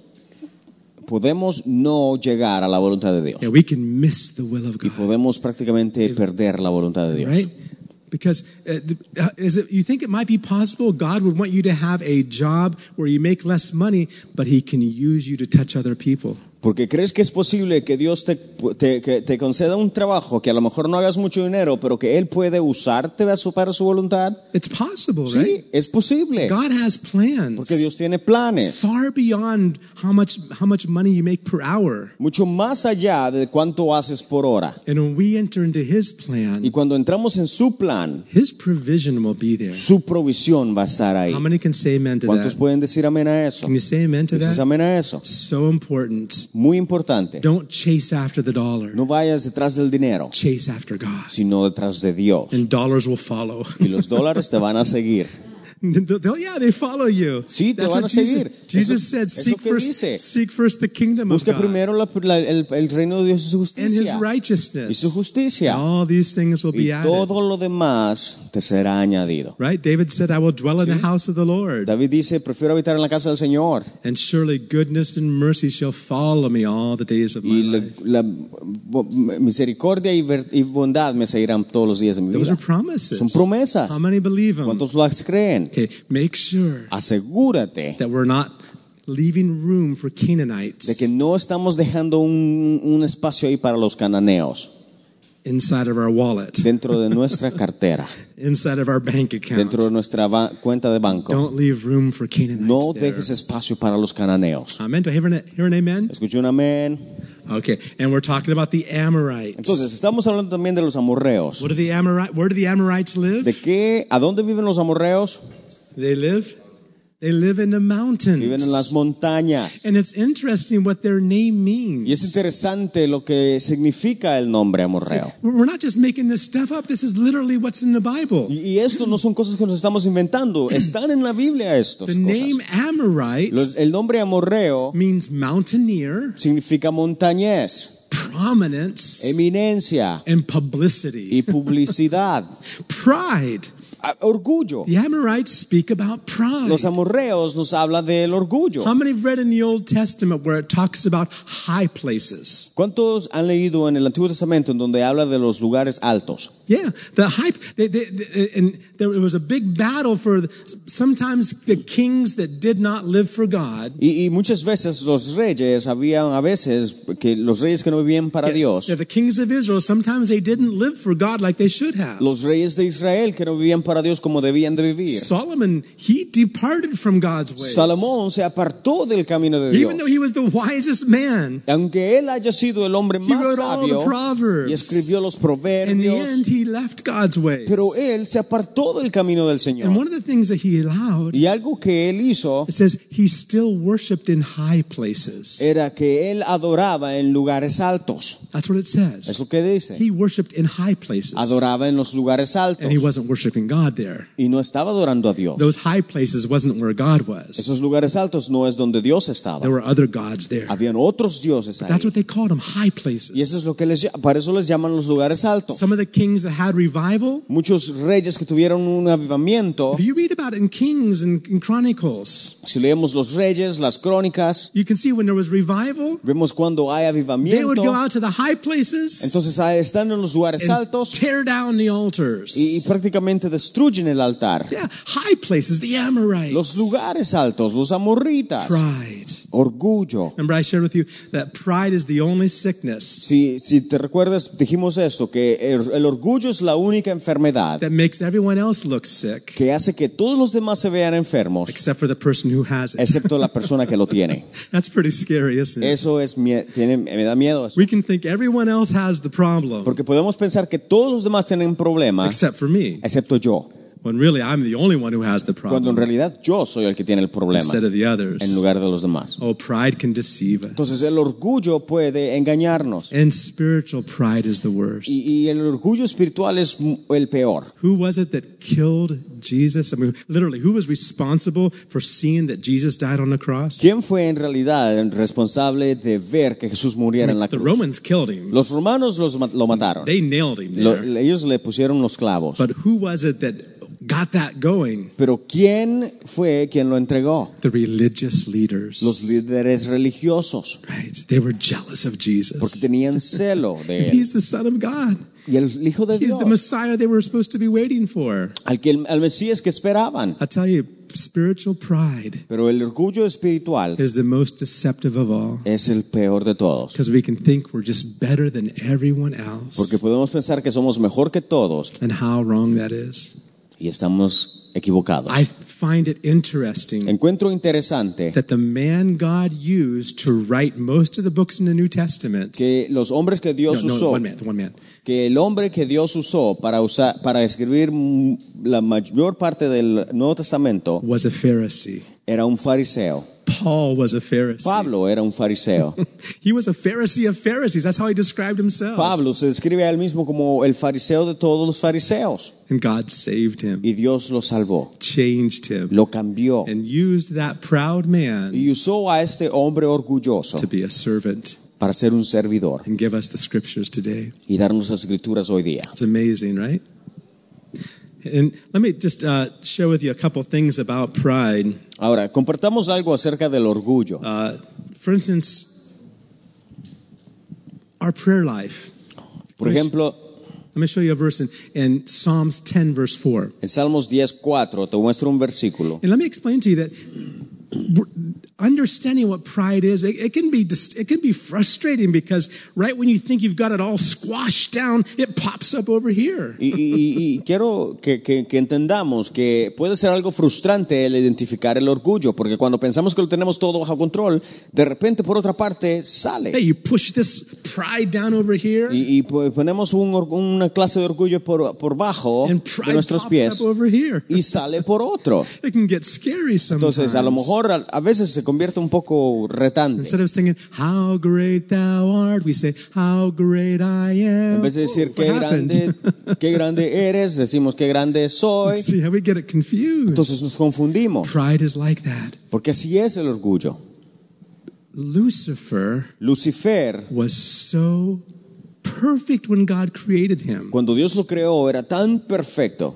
Speaker 4: podemos no llegar a la voluntad de Dios.
Speaker 1: Yeah, we can miss the will of
Speaker 4: Y
Speaker 1: God,
Speaker 4: podemos prácticamente perder la voluntad de Dios.
Speaker 1: right? Because uh, the- uh, is it, you think it might be possible God would want you to have a job where you make less money, but He can use you to touch other people.
Speaker 4: Porque crees que es posible que Dios te, te- que te conceda un trabajo que a lo mejor no hagas mucho dinero, pero que Él puede usarte a su- para su voluntad.
Speaker 1: It's possible, right?
Speaker 4: Sí, es posible.
Speaker 1: God has plans
Speaker 4: Porque Dios tiene planes.
Speaker 1: far beyond how much how much money you make per hour.
Speaker 4: Mucho más allá de cuánto haces por hora.
Speaker 1: And when we enter into His
Speaker 4: Y
Speaker 1: plan,
Speaker 4: cuando entramos en su plan,
Speaker 1: His provision will be there.
Speaker 4: su provisión va a estar ahí.
Speaker 1: How many can say amen to
Speaker 4: ¿Cuántos
Speaker 1: that?
Speaker 4: pueden decir amén a eso?
Speaker 1: Can you say amen to
Speaker 4: ¿Dices
Speaker 1: that?
Speaker 4: amén a eso?
Speaker 1: So important.
Speaker 4: Muy importante.
Speaker 1: Don't chase after the dollar.
Speaker 4: No vayas detrás del dinero,
Speaker 1: Chase after God.
Speaker 4: sino detrás de Dios.
Speaker 1: And dollars will follow.
Speaker 4: Y los dólares te van a seguir.
Speaker 1: They'll- yeah, they follow you.
Speaker 4: Sí, te
Speaker 1: That's
Speaker 4: van
Speaker 1: what
Speaker 4: a seguir.
Speaker 1: Jesus, Jesus
Speaker 4: Eso-
Speaker 1: said,
Speaker 4: es lo
Speaker 1: seek
Speaker 4: que
Speaker 1: first,
Speaker 4: dice.
Speaker 1: seek first the kingdom of
Speaker 4: Busca
Speaker 1: God
Speaker 4: primero la- la- el, el reino de Dios y su
Speaker 1: and His
Speaker 4: justicia. Y
Speaker 1: righteousness.
Speaker 4: su justicia.
Speaker 1: All these things will
Speaker 4: Y
Speaker 1: be added.
Speaker 4: todo lo demás te será añadido.
Speaker 1: Right? David said, I will dwell in the house of the Lord,
Speaker 4: David dice, prefiero habitar en la casa del Señor.
Speaker 1: and surely goodness and mercy shall follow me all the days of my
Speaker 4: Y la,
Speaker 1: life.
Speaker 4: la misericordia y, ver- y bondad me seguirán todos los días de mi
Speaker 1: Those are
Speaker 4: vida.
Speaker 1: promises.
Speaker 4: Son promesas.
Speaker 1: How many believe them?
Speaker 4: ¿Cuántos las creen?
Speaker 1: Okay, make sure
Speaker 4: Asegúrate
Speaker 1: that we're not leaving room for Canaanites
Speaker 4: de que no estamos dejando un, un espacio ahí para los cananeos
Speaker 1: inside of our wallet,
Speaker 4: dentro de nuestra cartera,
Speaker 1: inside of our bank account.
Speaker 4: dentro de nuestra ba- cuenta de banco.
Speaker 1: Don't leave room for Canaanites.
Speaker 4: No
Speaker 1: there.
Speaker 4: dejes espacio para los cananeos.
Speaker 1: Amen. Do I hear an, hear an amen?
Speaker 4: Escuché un amén.
Speaker 1: Okay, and we're talking about the Amorites.
Speaker 4: Entonces, estamos hablando también de los amorreos.
Speaker 1: what do the Amorite, where do the Amorites live?
Speaker 4: ¿De qué? ¿A dónde viven los amorreos?
Speaker 1: they live? They live in the mountains.
Speaker 4: Viven en las montañas.
Speaker 1: And it's interesting what their name means.
Speaker 4: Y es interesante lo que significa el nombre amorreo.
Speaker 1: We're not just making this stuff up. This is literally what's in the Bible.
Speaker 4: Y, y esto no son cosas que nos estamos inventando. Están en la Biblia estos.
Speaker 1: The name Amorite
Speaker 4: el nombre amorreo
Speaker 1: means mountaineer,
Speaker 4: significa montañés,
Speaker 1: prominence,
Speaker 4: eminencia
Speaker 1: and publicity.
Speaker 4: y publicidad,
Speaker 1: Pride.
Speaker 4: Ah, orgullo.
Speaker 1: The Amorites speak about pride.
Speaker 4: Los amorreos nos habla del orgullo.
Speaker 1: How many have read in the Old Testament where it talks about high places?
Speaker 4: ¿Cuántos han leído en el Antiguo Testamento en donde habla de los lugares altos?
Speaker 1: Yeah, the high. They, they, they- and there was a big battle for the, sometimes the kings that did not live for God.
Speaker 4: Y, y muchas veces los reyes habían a veces que los reyes que no vivían para Dios,
Speaker 1: Yeah, the kings of Israel sometimes they didn't live for God like they should have.
Speaker 4: los reyes de Israel que no vivían para Dios como debían de vivir.
Speaker 1: Solomon he departed from God's ways.
Speaker 4: Salomón se apartó del camino de Dios.
Speaker 1: Pues, even though he was the wisest man,
Speaker 4: Aunque él haya sido el hombre
Speaker 1: He
Speaker 4: más
Speaker 1: wrote all the
Speaker 4: sabio
Speaker 1: Proverbs.
Speaker 4: y escribió los
Speaker 1: in the
Speaker 4: proverbios,
Speaker 1: end he left God's ways.
Speaker 4: pero él se apartó del camino del
Speaker 1: and
Speaker 4: Señor.
Speaker 1: one of the things that he allowed
Speaker 4: Y algo que él hizo
Speaker 1: it says he still worshipped in high places.
Speaker 4: era que él adoraba en lugares altos.
Speaker 1: That's what it
Speaker 4: Es
Speaker 1: says.
Speaker 4: lo que dice.
Speaker 1: He worshipped in high places.
Speaker 4: Adoraba en los lugares altos
Speaker 1: And he wasn't worshiping God there.
Speaker 4: y no estaba adorando a Dios.
Speaker 1: Those high places wasn't where God was.
Speaker 4: Esos lugares altos no es donde Dios
Speaker 1: There
Speaker 4: estaba.
Speaker 1: were other gods there.
Speaker 4: Habían otros dioses ahí.
Speaker 1: That's what they called them, high
Speaker 4: Y
Speaker 1: places.
Speaker 4: eso es lo que les ll- para eso les llaman los lugares altos.
Speaker 1: Some of the kings that had revival,
Speaker 4: Muchos reyes que tuvieron un avivamiento,
Speaker 1: if you read about it in Kings and in Chronicles,
Speaker 4: si leemos los reyes, las crónicas,
Speaker 1: you can see when there was revival,
Speaker 4: vemos cuando hay
Speaker 1: they would
Speaker 4: avivamiento,
Speaker 1: go out to the high places
Speaker 4: entonces ahí están en los lugares
Speaker 1: and
Speaker 4: altos
Speaker 1: tear down the
Speaker 4: y, y
Speaker 1: altars.
Speaker 4: prácticamente destruyen el altar.
Speaker 1: Yeah, high places, the Amorites.
Speaker 4: Los lugares altos, los amorritas,
Speaker 1: Pride.
Speaker 4: orgullo.
Speaker 1: Remember, I shared with you that pride is the only sickness
Speaker 4: Si, si te recuerdas, dijimos esto, que el, el orgullo es la única enfermedad
Speaker 1: that makes everyone else look sick
Speaker 4: que hace que todos los demás se vean enfermos,
Speaker 1: except for the person who has it.
Speaker 4: excepto la persona que lo tiene.
Speaker 1: That's pretty scary, isn't it?
Speaker 4: Eso es, mie- tiene- me da miedo. eso.
Speaker 1: We can think everyone else has the problem
Speaker 4: Porque podemos pensar que todos los demás tienen problemas,
Speaker 1: except for me,
Speaker 4: excepto yo,
Speaker 1: when really I'm the only one who has the
Speaker 4: cuando
Speaker 1: problem
Speaker 4: en realidad yo soy el que tiene el problema
Speaker 1: instead of the
Speaker 4: en
Speaker 1: others.
Speaker 4: lugar de los demás.
Speaker 1: Oh, pride can deceive us.
Speaker 4: Entonces el orgullo puede engañarnos
Speaker 1: And spiritual pride is the worst.
Speaker 4: y, y el orgullo espiritual es m- el peor.
Speaker 1: Who was it that killed Jesus? I mean, literally, who was responsible for seeing that Jesus died on the cross?
Speaker 4: ¿Quién fue en realidad el responsable de ver que Jesús muriera en la
Speaker 1: The
Speaker 4: cruz?
Speaker 1: Romans killed him.
Speaker 4: Los romanos los ma- lo mataron.
Speaker 1: They nailed him
Speaker 4: Lo-
Speaker 1: there.
Speaker 4: le- ellos le pusieron los clavos.
Speaker 1: But who was it that got that going?
Speaker 4: Pero ¿quién fue quien lo entregó?
Speaker 1: The religious leaders.
Speaker 4: Los líderes religiosos,
Speaker 1: Right. They were jealous of
Speaker 4: porque
Speaker 1: Jesus.
Speaker 4: tenían celo de él.
Speaker 1: He's the Son of God.
Speaker 4: Y el Hijo de
Speaker 1: He's
Speaker 4: Dios,
Speaker 1: the Messiah they were supposed to be waiting for.
Speaker 4: al, que, al Mesías que esperaban.
Speaker 1: I tell you, spiritual pride
Speaker 4: Pero el orgullo espiritual
Speaker 1: is the most deceptive of all
Speaker 4: es el peor de todos,
Speaker 1: because we can think we're just better than everyone else.
Speaker 4: porque podemos pensar que somos mejor que todos
Speaker 1: and how wrong that is.
Speaker 4: y estamos equivocados.
Speaker 1: I find it interesting
Speaker 4: Encuentro interesante
Speaker 1: that the man God used to write most of the books in the New Testament.
Speaker 4: que los hombres que
Speaker 1: No,
Speaker 4: Dios
Speaker 1: no,
Speaker 4: usó,
Speaker 1: one man, one man.
Speaker 4: que el hombre que Dios usó para, usar, para escribir mm, la mayor parte del Nuevo Testamento
Speaker 1: Was a Pharisee.
Speaker 4: era un fariseo.
Speaker 1: Paul was a Pharisee.
Speaker 4: Pablo era un fariseo.
Speaker 1: He was a Pharisee of Pharisees. That's how he described himself.
Speaker 4: Pablo se describe a él mismo como el fariseo de todos los fariseos.
Speaker 1: And God saved him,
Speaker 4: Y Dios lo salvó,
Speaker 1: changed him,
Speaker 4: lo cambió
Speaker 1: and used that proud man
Speaker 4: y usó a este hombre orgulloso
Speaker 1: to be a servant
Speaker 4: para ser un servidor
Speaker 1: and give us the scriptures today.
Speaker 4: y darnos las escrituras hoy día.
Speaker 1: It's amazing, right? And let me just uh, share with you a couple things about pride.
Speaker 4: Ahora, compartamos algo acerca del orgullo.
Speaker 1: Uh, for instance, our prayer life.
Speaker 4: Por ejemplo,
Speaker 1: Let me show you a verse in, in Psalms 10, verse 4.
Speaker 4: en Salmos 10.4 te muestro un versículo.
Speaker 1: And let me explain to you that understanding what pride is, it, it can be dis- it can be frustrating because right when you think you've got it all squashed down, it pops up over here.
Speaker 4: Y, y- y- y quiero que, que- que entendamos que puede ser algo frustrante el identificar el orgullo, porque cuando pensamos que lo tenemos todo bajo control, de repente por otra parte sale.
Speaker 1: Hey, you push this pride down over here,
Speaker 4: Y, y po- ponemos un or- una clase de orgullo por, por bajo
Speaker 1: and
Speaker 4: de
Speaker 1: pride
Speaker 4: nuestros
Speaker 1: pops
Speaker 4: pies
Speaker 1: up over here.
Speaker 4: y sale por otro.
Speaker 1: It can get scary sometimes.
Speaker 4: Entonces, a lo mejor a, a veces se convierte un poco retante.
Speaker 1: Instead of singing, How great thou art, we say, How great I am.
Speaker 4: En vez de decir
Speaker 1: Whoa,
Speaker 4: qué
Speaker 1: "Oh, what happened?
Speaker 4: grande, qué grande eres, decimos qué grande soy.
Speaker 1: See how we get it confused.
Speaker 4: Entonces nos confundimos,
Speaker 1: Pride is like that.
Speaker 4: porque así es el orgullo.
Speaker 1: Lucifer
Speaker 4: Lucifer,
Speaker 1: was so perfect when God created him.
Speaker 4: cuando Dios lo creó, era tan perfecto.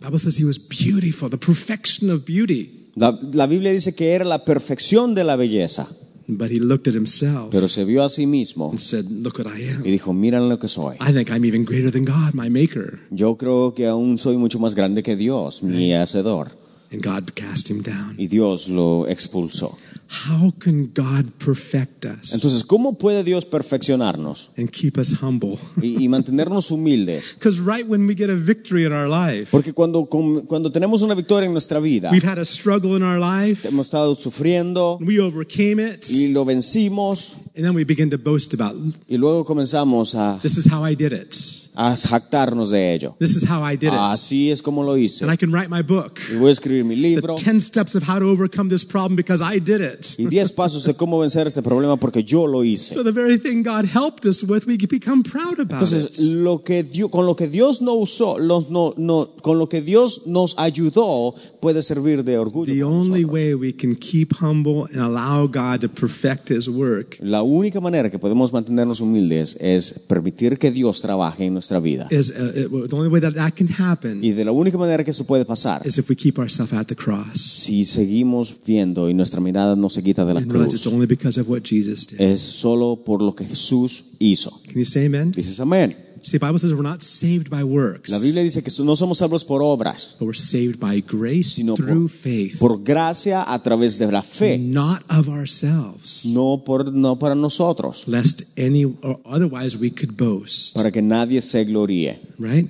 Speaker 1: Bible says he was beautiful, the perfection of beauty.
Speaker 4: La, la Biblia dice que era la perfección de la belleza,
Speaker 1: But he looked at himself
Speaker 4: pero se vio a sí mismo
Speaker 1: and said, Look what I
Speaker 4: y
Speaker 1: am.
Speaker 4: dijo, miren lo que soy.
Speaker 1: I think I'm even greater than God, my maker.
Speaker 4: Yo creo que aún soy mucho más grande que Dios, mi hacedor.
Speaker 1: And God cast him down.
Speaker 4: Y Dios lo expulsó.
Speaker 1: How can God perfect us
Speaker 4: Entonces, ¿cómo puede Dios perfeccionarnos
Speaker 1: and keep us humble?
Speaker 4: y, y mantenernos humildes?
Speaker 1: Because right when we get a victory in our life,
Speaker 4: Porque cuando, com- cuando tenemos una victoria en nuestra vida,
Speaker 1: we've had a struggle in our life,
Speaker 4: hemos estado sufriendo
Speaker 1: and we overcame it,
Speaker 4: y lo vencimos
Speaker 1: and then we begin to boast about
Speaker 4: y luego comenzamos a,
Speaker 1: this is how I did it.
Speaker 4: a jactarnos de ello.
Speaker 1: This is how I did it.
Speaker 4: Así es como lo hice.
Speaker 1: And I can write my book.
Speaker 4: Y voy a escribir mi libro
Speaker 1: The 10 steps of how to overcome this problem because I did it.
Speaker 4: y 10 pasos de cómo vencer este problema porque yo lo hice.
Speaker 1: So the very thing God helped us with, we become proud about
Speaker 4: Entonces,
Speaker 1: it.
Speaker 4: lo que Dios, con lo que Dios no usó, los- no- no- con lo que Dios nos ayudó, puede servir de orgullo.
Speaker 1: The
Speaker 4: para
Speaker 1: only
Speaker 4: nosotros.
Speaker 1: way we can keep humble and allow God to perfect His work
Speaker 4: La única manera que podemos mantenernos humildes es permitir que Dios trabaje en nuestra vida.
Speaker 1: is uh, it- the only way that that can happen
Speaker 4: Y de la única manera que eso puede pasar,
Speaker 1: is if we keep ourselves at the cross
Speaker 4: si seguimos viendo y nuestra mirada no se quita de la
Speaker 1: and realize it's
Speaker 4: cruz,
Speaker 1: only because of what Jesus did.
Speaker 4: es solo por lo que Jesús hizo.
Speaker 1: Can you say Amen?
Speaker 4: Dices amén.
Speaker 1: See, the Bible says we're not saved by works,
Speaker 4: La Biblia dice que no somos salvos por obras,
Speaker 1: but we're saved by grace
Speaker 4: sino
Speaker 1: through
Speaker 4: por,
Speaker 1: faith,
Speaker 4: por gracia a través de la fe,
Speaker 1: not of ourselves,
Speaker 4: no, por, no para nosotros,
Speaker 1: lest any or otherwise we could boast.
Speaker 4: para que nadie se gloríe.
Speaker 1: Right?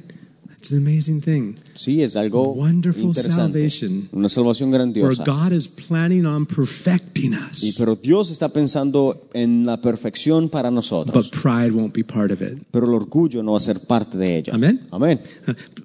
Speaker 1: It's an amazing thing.
Speaker 4: Sí, es algo
Speaker 1: Wonderful
Speaker 4: interesante.
Speaker 1: salvation.
Speaker 4: Una salvación
Speaker 1: Where
Speaker 4: grandiosa.
Speaker 1: God is planning on perfecting
Speaker 4: Y
Speaker 1: us,
Speaker 4: pero Dios está pensando en la perfección para
Speaker 1: but
Speaker 4: nosotros,
Speaker 1: pride won't be part of it.
Speaker 4: pero el orgullo no va a ser parte de ello.
Speaker 1: Amén.
Speaker 4: Amén.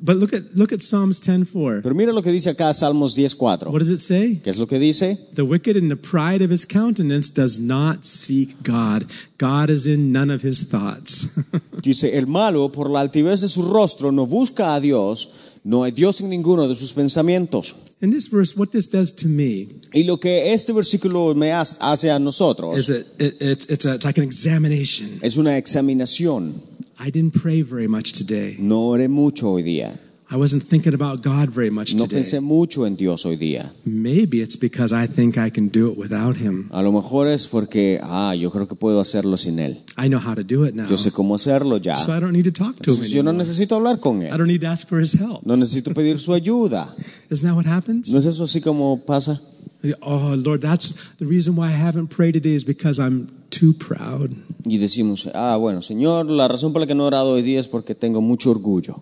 Speaker 1: But look at look at Psalms 10:4.
Speaker 4: Pero mira lo que dice acá Salmos 10:4.
Speaker 1: What does it say?
Speaker 4: ¿Qué es lo que dice?
Speaker 1: The wicked in the pride of his countenance does not seek God. God is in none of his thoughts.
Speaker 4: Dice, el malo por la altivez de su rostro no busca a Dios, no hay Dios en ninguno de sus pensamientos.
Speaker 1: in this verse, what this does to me
Speaker 4: Y lo que este versículo me has- hace a
Speaker 1: is
Speaker 4: nosotros
Speaker 1: that it, it's, it's, a, it's like an examination.
Speaker 4: es una examinación.
Speaker 1: I didn't pray very much today.
Speaker 4: No oré mucho hoy día,
Speaker 1: I wasn't thinking about God very much
Speaker 4: no
Speaker 1: today.
Speaker 4: pensé mucho en Dios hoy día.
Speaker 1: Maybe it's because I think I can do it without Him.
Speaker 4: A lo mejor es porque, ah, yo creo que puedo hacerlo sin Él.
Speaker 1: I know how to do it now.
Speaker 4: Yo sé cómo hacerlo ya.
Speaker 1: So I don't need to talk to Him
Speaker 4: Entonces, yo no
Speaker 1: anymore.
Speaker 4: necesito hablar con
Speaker 1: I
Speaker 4: Él.
Speaker 1: don't need to ask for His help.
Speaker 4: No necesito pedir su ayuda.
Speaker 1: Isn't that what happens?
Speaker 4: ¿No es eso así como pasa?
Speaker 1: Oh, Lord, that's the reason why I haven't prayed today is because I'm too proud.
Speaker 4: Y decimos, ah, bueno, Señor, la razón por la que no he orado hoy día es porque tengo mucho orgullo.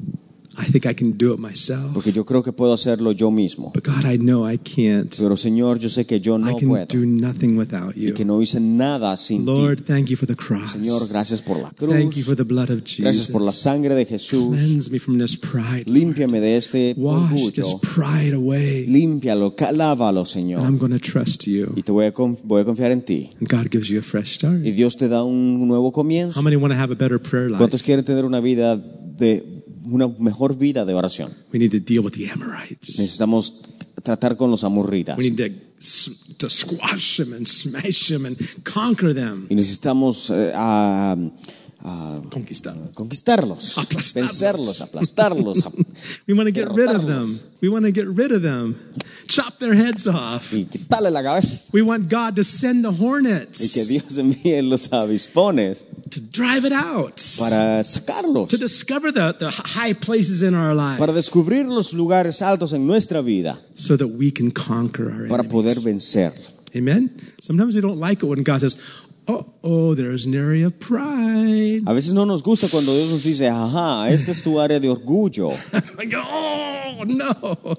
Speaker 1: I think I can do it myself.
Speaker 4: Porque yo creo que puedo hacerlo yo mismo.
Speaker 1: But God, I know I can't.
Speaker 4: Pero Señor, yo sé que yo
Speaker 1: I
Speaker 4: no
Speaker 1: can
Speaker 4: puedo.
Speaker 1: do nothing without
Speaker 4: Y que
Speaker 1: you.
Speaker 4: no hice nada sin ti.
Speaker 1: Lord, thank you for the cross.
Speaker 4: Señor, gracias por la
Speaker 1: Thank you
Speaker 4: cruz.
Speaker 1: for the blood of
Speaker 4: Gracias por la
Speaker 1: Jesus.
Speaker 4: sangre de Jesús.
Speaker 1: Cleanse me from this pride.
Speaker 4: Límpiame de este
Speaker 1: Wash
Speaker 4: orgullo.
Speaker 1: this pride away.
Speaker 4: Límpialo, ca- lávalo,
Speaker 1: And
Speaker 4: Señor.
Speaker 1: I'm going to trust you.
Speaker 4: Y te voy a, con- voy a confiar en ti.
Speaker 1: And God gives you a fresh start.
Speaker 4: Y Dios te da un nuevo
Speaker 1: How
Speaker 4: comienzo.
Speaker 1: many want to have a better prayer life?
Speaker 4: ¿Cuántos quieren tener una vida de una mejor vida de oración?
Speaker 1: We need to deal with the Amorites.
Speaker 4: Necesitamos tratar con los amorritas.
Speaker 1: We need to, s- to squash them and smash them and conquer them.
Speaker 4: Y necesitamos eh, a- a
Speaker 1: Conquistar.
Speaker 4: conquistarlos,
Speaker 1: Aplastarlos.
Speaker 4: vencerlos, aplastarlos ap-
Speaker 1: We want to get rid of them.
Speaker 4: Derrotarlos.
Speaker 1: We want to get rid of them. Chop their heads off.
Speaker 4: y quitarle la cabeza.
Speaker 1: We want God to send the
Speaker 4: Y que
Speaker 1: hornets
Speaker 4: Dios envíe los avispones
Speaker 1: to drive it out, to
Speaker 4: para sacarlos,
Speaker 1: discover the, the high places in our life
Speaker 4: para descubrir los lugares altos en nuestra vida,
Speaker 1: so that we can conquer our
Speaker 4: para poder
Speaker 1: enemies.
Speaker 4: vencer.
Speaker 1: Amen? Sometimes we don't like it when God says, oh, oh, there's an area of pride.
Speaker 4: A veces no nos gusta cuando Dios nos dice, ajá, esta es tu área de orgullo.
Speaker 1: I go, oh, no,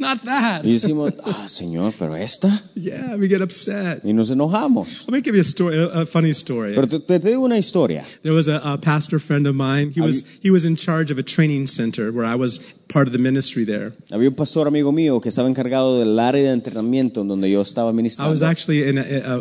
Speaker 1: not that.
Speaker 4: Y decimos, ah, Señor, pero esta.
Speaker 1: Yeah, we get upset.
Speaker 4: Y nos enojamos.
Speaker 1: Let me give you a story, a, a funny story.
Speaker 4: Pero te, te digo una historia.
Speaker 1: There was a, a pastor friend of mine. He was he was in charge of a training center where I was part of the ministry there.
Speaker 4: Había un pastor amigo mío que estaba encargado del área de entrenamiento en donde yo estaba
Speaker 1: I was
Speaker 4: ministrando.
Speaker 1: actually in a, a,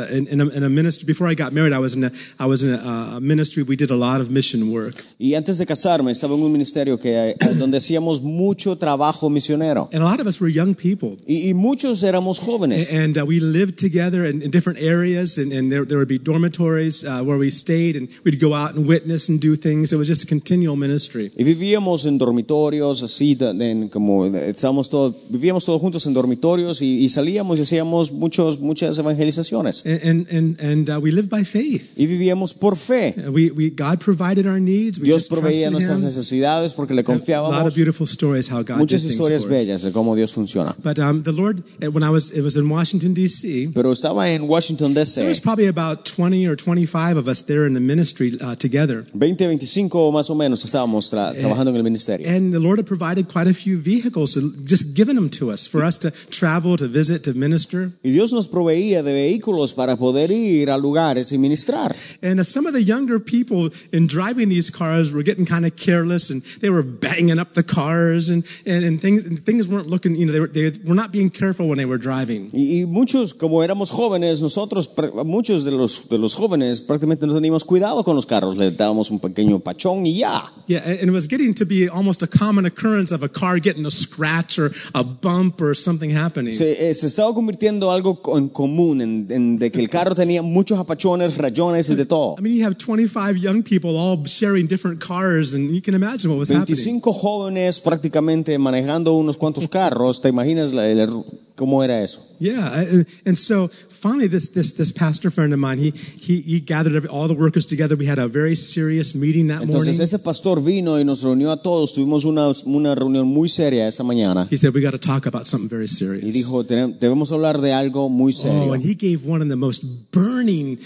Speaker 1: a, in, in a, in a ministry before I got married. I was in a I was in a, a ministry. We did a lot of mission work,
Speaker 4: Y antes de casarme estaba en un ministerio que eh, donde hacíamos mucho trabajo misionero
Speaker 1: and a lot of us were young people.
Speaker 4: y, y muchos éramos
Speaker 1: A-
Speaker 4: jóvenes
Speaker 1: And uh, we lived together in, in different areas, and, and there, there would be dormitories uh, where we stayed, and we'd go out and witness and do things. It was just a continual ministry.
Speaker 4: y vivíamos en dormitorios así da- en- como estábamos todos vivíamos todos juntos en dormitorios y, y salíamos y hacíamos muchos muchas evangelizaciones
Speaker 1: And and and, and uh, we lived by faith.
Speaker 4: y vivíamos por fe.
Speaker 1: Uh, We, we God provided our needs. We
Speaker 4: Dios
Speaker 1: just trusted
Speaker 4: proveía nuestras
Speaker 1: Him.
Speaker 4: necesidades porque
Speaker 1: A
Speaker 4: le
Speaker 1: lot of
Speaker 4: confiábamos.
Speaker 1: beautiful stories how God
Speaker 4: Muchas
Speaker 1: did things
Speaker 4: historias
Speaker 1: for us.
Speaker 4: bellas de cómo Dios funciona.
Speaker 1: But um, the Lord, eh, when I was, it was in Washington D.C.
Speaker 4: Pero estaba en Washington
Speaker 1: There was
Speaker 4: D.C.
Speaker 1: probably about 20 or 25 of us there in the ministry uh, together,
Speaker 4: 20, 25 más o menos estábamos tra-
Speaker 1: Eh,
Speaker 4: trabajando en el ministerio.
Speaker 1: and the Lord had provided quite a few vehicles, uh, just given them to us for us to travel, to visit, to minister.
Speaker 4: Y Dios nos proveía de vehículos para poder ir a lugares y ministrar.
Speaker 1: And uh, some of the younger people in driving these cars were getting kind of careless, and they were banging up the cars, and and, and things and things weren't looking. You know, they were they were not being careful when they were driving.
Speaker 4: Y, y muchos, como éramos jóvenes, nosotros, pr- muchos de los, de los jóvenes prácticamente no teníamos cuidado con los carros. Le dábamos un pequeño pachón y ya.
Speaker 1: Yeah, and and it was getting to be almost a common occurrence of a car getting a scratch or a bump or something happening.
Speaker 4: Se, eh, se estaba convirtiendo algo co- en común, en, en de que el carro tenía muchos apachones, rayones y de todo.
Speaker 1: I mean, you have 25 young people all sharing different cars, and you can imagine what was happening.
Speaker 4: 25 jóvenes prácticamente manejando unos cuantos carros. ¿Te imaginas la- el, er- ¿Cómo era eso?
Speaker 1: Yeah, and- and so finally, this this this pastor friend of mine, he he, he gathered every, all the workers together. We had a very serious meeting that morning.
Speaker 4: Entonces este pastor vino y nos reunió a todos, tuvimos una, una reunión muy seria esa mañana
Speaker 1: He said we got to talk about something very
Speaker 4: y
Speaker 1: serious.
Speaker 4: dijo, "Tenem- debemos hablar de algo muy
Speaker 1: Oh,
Speaker 4: serio.
Speaker 1: and he gave one of the most burning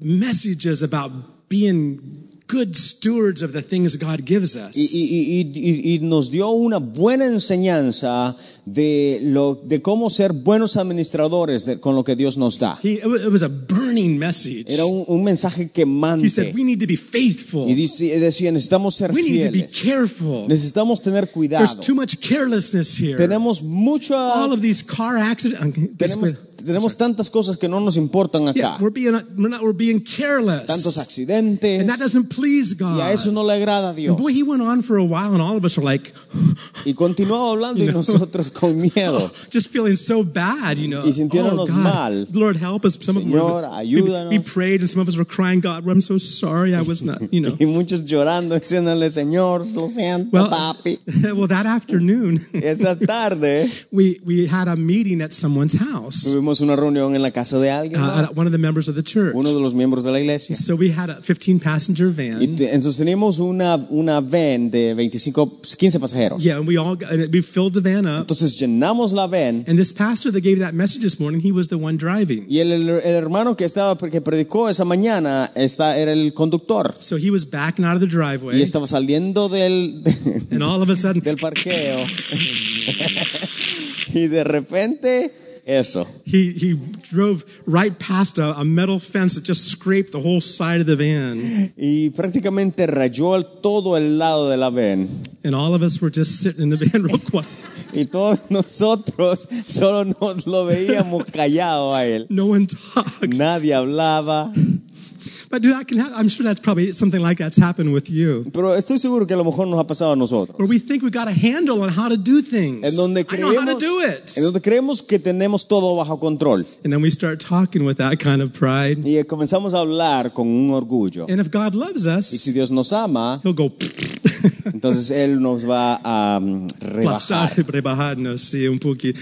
Speaker 1: messages about being good stewards of the things God gives us.
Speaker 4: Y, y- y- y- y- y nos dio una buena enseñanza de, lo, de cómo ser buenos administradores de- con lo que Dios nos da.
Speaker 1: He, it wa- it was a burning message.
Speaker 4: Era un, un mensaje
Speaker 1: He said,
Speaker 4: quemante.
Speaker 1: We need to be faithful.
Speaker 4: Y
Speaker 1: We
Speaker 4: dice- decía, necesitamos ser
Speaker 1: need to be
Speaker 4: fieles,
Speaker 1: careful.
Speaker 4: necesitamos tener
Speaker 1: There's
Speaker 4: cuidado.
Speaker 1: too much carelessness here.
Speaker 4: Tenemos mucha...
Speaker 1: All of these car accidents.
Speaker 4: Tenemos, tenemos tantas cosas que no nos importan
Speaker 1: Yeah,
Speaker 4: acá.
Speaker 1: we're being, we're not, we're being
Speaker 4: Tantos
Speaker 1: careless.
Speaker 4: accidentes.
Speaker 1: And that doesn't please
Speaker 4: Y a
Speaker 1: God.
Speaker 4: eso no le agrada a Dios.
Speaker 1: Boy, he went on for a while, and all of us are like,
Speaker 4: Y continuaba hablando y
Speaker 1: You know.
Speaker 4: nosotros con miedo.
Speaker 1: just feeling so bad, you know. Oh,
Speaker 4: Y sintiéndonos mal.
Speaker 1: Lord, help us. Some
Speaker 4: Señor,
Speaker 1: of them were,
Speaker 4: ayúdanos.
Speaker 1: we, we prayed, and some of us were crying, God, I'm so sorry. I was not, you know.
Speaker 4: Y muchos llorando, diciéndole, Señor, lo siento,
Speaker 1: Well,
Speaker 4: papi.
Speaker 1: well, that afternoon,
Speaker 4: Esa tarde
Speaker 1: we, we had a meeting at someone's house, uh,
Speaker 4: tuvimos una reunión en la casa de alguien, más,
Speaker 1: at one of the members of the church.
Speaker 4: uno de los miembros de la iglesia.
Speaker 1: So we had a 15 passenger
Speaker 4: Y
Speaker 1: van.
Speaker 4: te- entonces teníamos una, una van de 25, 15 pasajeros.
Speaker 1: Yeah, and we all got, and we filled the van up.
Speaker 4: Entonces llenamos la van
Speaker 1: And this pastor that gave that message this morning, he was the one driving.
Speaker 4: y el, el- el hermano que estaba que predicó esa mañana está, era el conductor
Speaker 1: So he was backing out of the
Speaker 4: y
Speaker 1: driveway,
Speaker 4: estaba saliendo del,
Speaker 1: and all of a sudden,
Speaker 4: del parqueo y de repente eso.
Speaker 1: he, he drove right past a, a metal fence that just scraped the whole side of the van.
Speaker 4: Y prácticamente rayó al- todo el lado de la ven.
Speaker 1: And all of us were just sitting in the van real quiet.
Speaker 4: Y todos nosotros solo nos lo veíamos callado a él.
Speaker 1: No one talks.
Speaker 4: Nadie hablaba.
Speaker 1: But dude, that can ha- I'm sure that's probably something like that's happened with you.
Speaker 4: Pero estoy seguro que a lo mejor nos ha pasado a nosotros.
Speaker 1: Where we think we got a handle on how to do things.
Speaker 4: En donde
Speaker 1: I know how to
Speaker 4: creemos,
Speaker 1: do it.
Speaker 4: en donde creemos que tenemos todo bajo control.
Speaker 1: And then we start talking with that kind of pride.
Speaker 4: Y eh, comenzamos a hablar con un orgullo.
Speaker 1: And if God loves
Speaker 4: Y
Speaker 1: us,
Speaker 4: si Dios nos ama,
Speaker 1: he'll go
Speaker 4: entonces Él nos va a um, rebajar.
Speaker 1: aplastar, rebajarnos, sí, un poquito.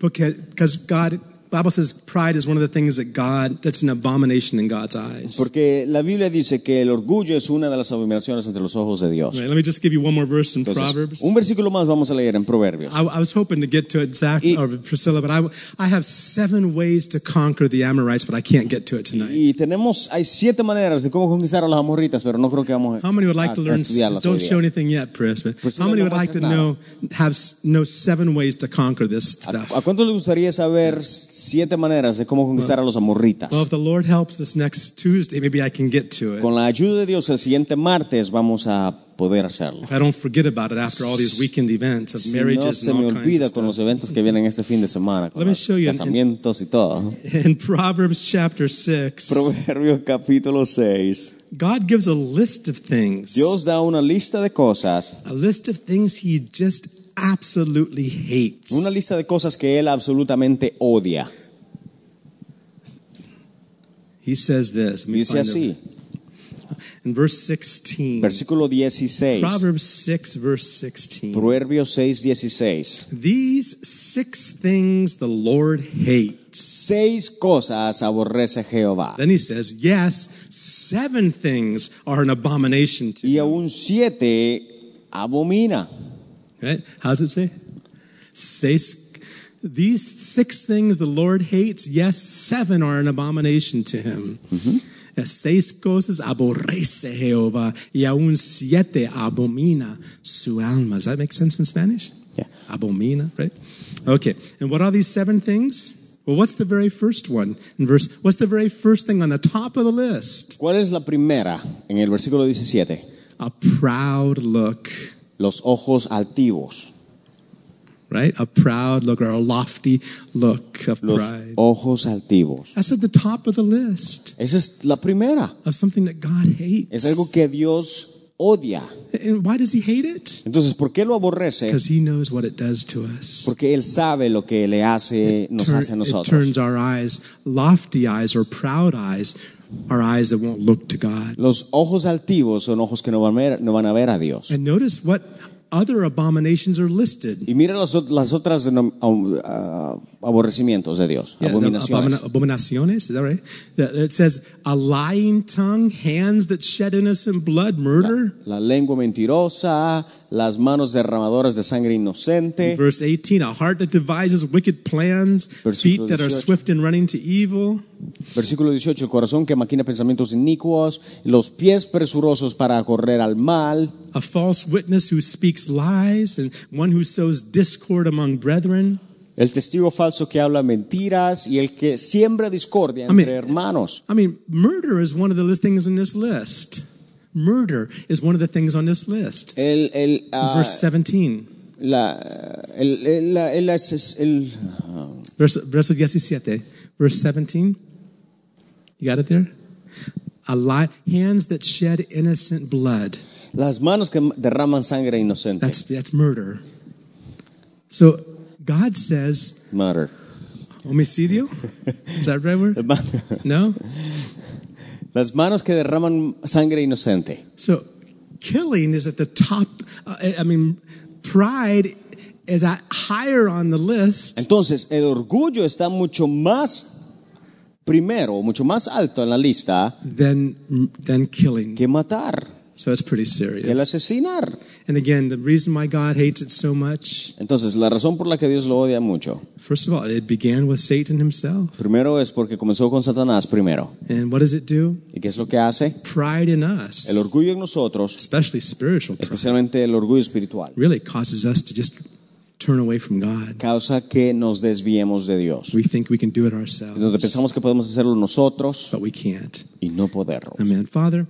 Speaker 1: Okay, because God, Bible says pride is one of the things that God, that's an abomination in God's eyes.
Speaker 4: Porque la Biblia dice que el orgullo es una de las abominaciones entre los ojos de Dios.
Speaker 1: Right, let me just give you one more verse in
Speaker 4: Entonces,
Speaker 1: Proverbs.
Speaker 4: un versículo más vamos a leer en Proverbios.
Speaker 1: I, I was hoping to get to it, Zach
Speaker 4: Y-
Speaker 1: or Priscilla, but I, I have seven ways to conquer the Amorites, but I can't get to it tonight.
Speaker 4: Y tenemos, hay siete maneras de cómo conquistar a las amorritas, pero no creo que vamos a,
Speaker 1: How many would like
Speaker 4: a-
Speaker 1: to
Speaker 4: a
Speaker 1: learn?
Speaker 4: estudiarlas hoy
Speaker 1: Don't
Speaker 4: día.
Speaker 1: show anything yet, Pris. But
Speaker 4: Priscilla,
Speaker 1: how many
Speaker 4: no
Speaker 1: would like to
Speaker 4: muestres nada.
Speaker 1: know have s- know seven ways to conquer this stuff?
Speaker 4: ¿A cuánto les gustaría saber siete maneras de cómo conquistar a los amorritas?
Speaker 1: Well, if the Lord helps us next Tuesday, maybe I can get to it.
Speaker 4: Con la ayuda de Dios, el siguiente martes vamos a poder hacerlo.
Speaker 1: If I don't forget about it after all these weekend events of
Speaker 4: Si no
Speaker 1: marriages
Speaker 4: se me
Speaker 1: and all kinds
Speaker 4: olvida
Speaker 1: of
Speaker 4: con
Speaker 1: stuff.
Speaker 4: los eventos que vienen este fin de semana, con
Speaker 1: Let me
Speaker 4: los
Speaker 1: show you an-
Speaker 4: casamientos y todo.
Speaker 1: In Proverbs chapter 6,
Speaker 4: Proverbios capítulo 6.
Speaker 1: God gives a list of things.
Speaker 4: Dios da una lista de cosas,
Speaker 1: A list of things he just absolutely hates.
Speaker 4: una lista de cosas que él absolutamente odia.
Speaker 1: He says this. let me
Speaker 4: Dice
Speaker 1: find
Speaker 4: así,
Speaker 1: it. In verse 16.
Speaker 4: versículo 16.
Speaker 1: Proverbs 6, verse 16.
Speaker 4: Proverbios 6, 16.
Speaker 1: These six things the Lord hates.
Speaker 4: Seis cosas aborrece Jehová.
Speaker 1: Then he says, yes, seven things are an abomination to
Speaker 4: Y aún siete abomina.
Speaker 1: Right? How does it say? Seis, these six things the Lord hates, yes, seven are an abomination to him.
Speaker 4: Mm-hmm.
Speaker 1: Las Seis cosas aborrece Jehová y aún siete abomina su alma. Does that make sense in Spanish?
Speaker 4: Yeah.
Speaker 1: Abomina, right? Okay. And what are these seven things? Well, what's the very first one in verse? What's the very first thing on the top of the list?
Speaker 4: ¿Cuál es la primera? En el versículo 17.
Speaker 1: A proud look,
Speaker 4: Los ojos altivos.
Speaker 1: right? A proud look or a lofty look of
Speaker 4: Los
Speaker 1: pride.
Speaker 4: ojos altivos.
Speaker 1: That's at the top of the list
Speaker 4: Esa es la primera.
Speaker 1: of something that God hates.
Speaker 4: Es algo que Dios odia.
Speaker 1: And why does he hate it?
Speaker 4: Entonces, ¿por qué lo aborrece?
Speaker 1: Because he knows what it does to us.
Speaker 4: Porque Él sabe lo que le hace, nos hace
Speaker 1: Turn-
Speaker 4: a
Speaker 1: it
Speaker 4: nosotros.
Speaker 1: turns our eyes, lofty eyes or proud eyes, our eyes that won't look to God.
Speaker 4: Los ojos altivos son ojos que no van a ver, no van a ver a Dios.
Speaker 1: And notice what other abominations are listed.
Speaker 4: Y mira las, ot- las otras denom- am- ah, aborrecimientos de Dios,
Speaker 1: Yeah, the
Speaker 4: abominaciones.
Speaker 1: abomina- abominaciones, is that right? That- It says a lying tongue, hands that shed innocent blood, murder.
Speaker 4: La lengua mentirosa, las manos derramadoras de sangre inocente.
Speaker 1: Verse 18, a heart that devises wicked plans, feet
Speaker 4: Versículo
Speaker 1: that are
Speaker 4: 18.
Speaker 1: swift in running to evil.
Speaker 4: Versículo 18, el corazón que maquina pensamientos inicuos, los pies presurosos para correr al mal,
Speaker 1: a false witness who speaks lies and one who sows discord among brethren.
Speaker 4: el testigo falso que habla mentiras y el que siembra discordia
Speaker 1: Amén.
Speaker 4: entre hermanos.
Speaker 1: I mean, murder is one of the list- things on this list. Murder is one of the things on this list.
Speaker 4: El, el, ah,
Speaker 1: Verse 17.
Speaker 4: la, el, el- la- el- es- el-
Speaker 1: Verse, verso 17. Verse 17. You got it there? A lie, hands that shed innocent blood.
Speaker 4: las manos que derraman sangre inocente.
Speaker 1: That's, that's murder. So God says,
Speaker 4: Murder.
Speaker 1: homicidio? Is that the right word? No?
Speaker 4: Las manos que derraman sangre inocente.
Speaker 1: So, killing is at the top. uh, I- I mean, pride is at higher on the list
Speaker 4: Entonces, el orgullo está mucho más primero, mucho más alto en la lista
Speaker 1: than than killing.
Speaker 4: que matar,
Speaker 1: So it's pretty
Speaker 4: que el
Speaker 1: serious.
Speaker 4: asesinar.
Speaker 1: And again, the reason why God hates it so much,
Speaker 4: Entonces, la razón por la que Dios lo odia mucho,
Speaker 1: first of all, it began with Satan himself.
Speaker 4: primero es porque comenzó con Satanás primero.
Speaker 1: And what does it do?
Speaker 4: ¿Y qué es lo que hace?
Speaker 1: Pride in us,
Speaker 4: El orgullo en nosotros,
Speaker 1: especially spiritual, pride,
Speaker 4: especialmente el orgullo espiritual,
Speaker 1: really causes us to just turn away from God.
Speaker 4: causa que nos desviemos de Dios.
Speaker 1: We think we can do it
Speaker 4: Donde
Speaker 1: ourselves,
Speaker 4: pensamos que podemos hacerlo nosotros
Speaker 1: but we can't.
Speaker 4: y no poderlo.
Speaker 1: Amen. Father,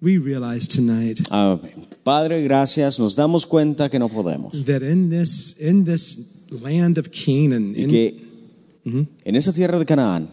Speaker 1: we realize tonight
Speaker 4: Amén. Padre, gracias. Nos damos cuenta que no podemos.
Speaker 1: that in this in this land of Canaan,
Speaker 4: Y
Speaker 1: in
Speaker 4: que en esa tierra de Canaán,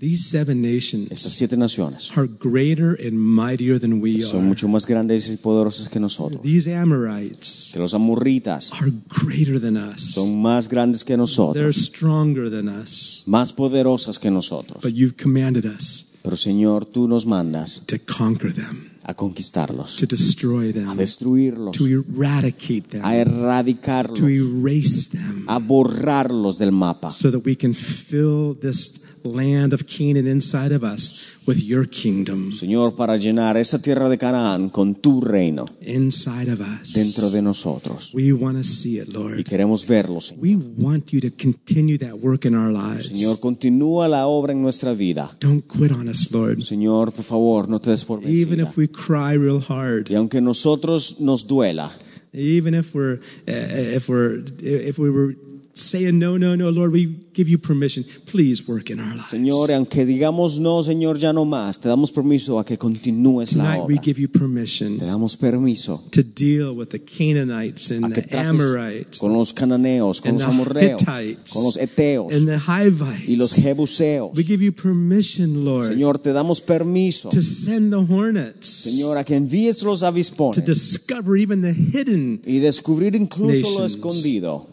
Speaker 1: these seven nations
Speaker 4: estas siete naciones,
Speaker 1: are greater and mightier than we
Speaker 4: son
Speaker 1: are.
Speaker 4: mucho más grandes y poderosas que nosotros.
Speaker 1: These Amorites
Speaker 4: Que los amurritas
Speaker 1: are greater than us.
Speaker 4: son más grandes que
Speaker 1: They're
Speaker 4: nosotros,
Speaker 1: stronger than us.
Speaker 4: más poderosas que nosotros.
Speaker 1: But you've commanded us
Speaker 4: Pero Señor, tú nos mandas
Speaker 1: to conquer them,
Speaker 4: a conquistarlos,
Speaker 1: to destroy
Speaker 4: a
Speaker 1: them,
Speaker 4: destruirlos,
Speaker 1: to eradicate
Speaker 4: a
Speaker 1: them, to
Speaker 4: erradicarlos,
Speaker 1: erase them,
Speaker 4: a borrarlos del mapa,
Speaker 1: so that we can fill this land of Canaan inside of us with your kingdom
Speaker 4: Señor, para llenar esa tierra de Canaán con tu reino
Speaker 1: inside of us.
Speaker 4: dentro de nosotros.
Speaker 1: We want to see it,
Speaker 4: Y
Speaker 1: Lord.
Speaker 4: queremos verlo, Señor.
Speaker 1: We want you to continue that work in our lives.
Speaker 4: Señor, continúa la obra en nuestra vida.
Speaker 1: Don't quit on us, Lord.
Speaker 4: Señor, por favor, no te des por
Speaker 1: Even
Speaker 4: vencida.
Speaker 1: if we cry real hard,
Speaker 4: Y aunque nosotros nos duela,
Speaker 1: even if we're uh, if we're if we were saying no, no, no, Lord, we give you permission. Please work in our lives.
Speaker 4: Señor, y aunque digamos no, Señor, ya no más, te damos permiso a que continúes la
Speaker 1: Tonight we
Speaker 4: obra.
Speaker 1: give you
Speaker 4: Te
Speaker 1: permission
Speaker 4: damos permiso
Speaker 1: to deal with the Canaanites
Speaker 4: a
Speaker 1: and
Speaker 4: que
Speaker 1: the
Speaker 4: trates
Speaker 1: Amorites
Speaker 4: con los cananeos, con
Speaker 1: and
Speaker 4: los
Speaker 1: the
Speaker 4: amorreos,
Speaker 1: Hittites
Speaker 4: con los eteos
Speaker 1: and the Hivites.
Speaker 4: y los jebuseos.
Speaker 1: we give you permission, Lord,
Speaker 4: Señor, te damos permiso,
Speaker 1: to send the hornets.
Speaker 4: Señor, a que envíes los
Speaker 1: to
Speaker 4: avispones
Speaker 1: discover even the hidden
Speaker 4: y descubrir incluso lo
Speaker 1: nations.
Speaker 4: escondido
Speaker 1: to-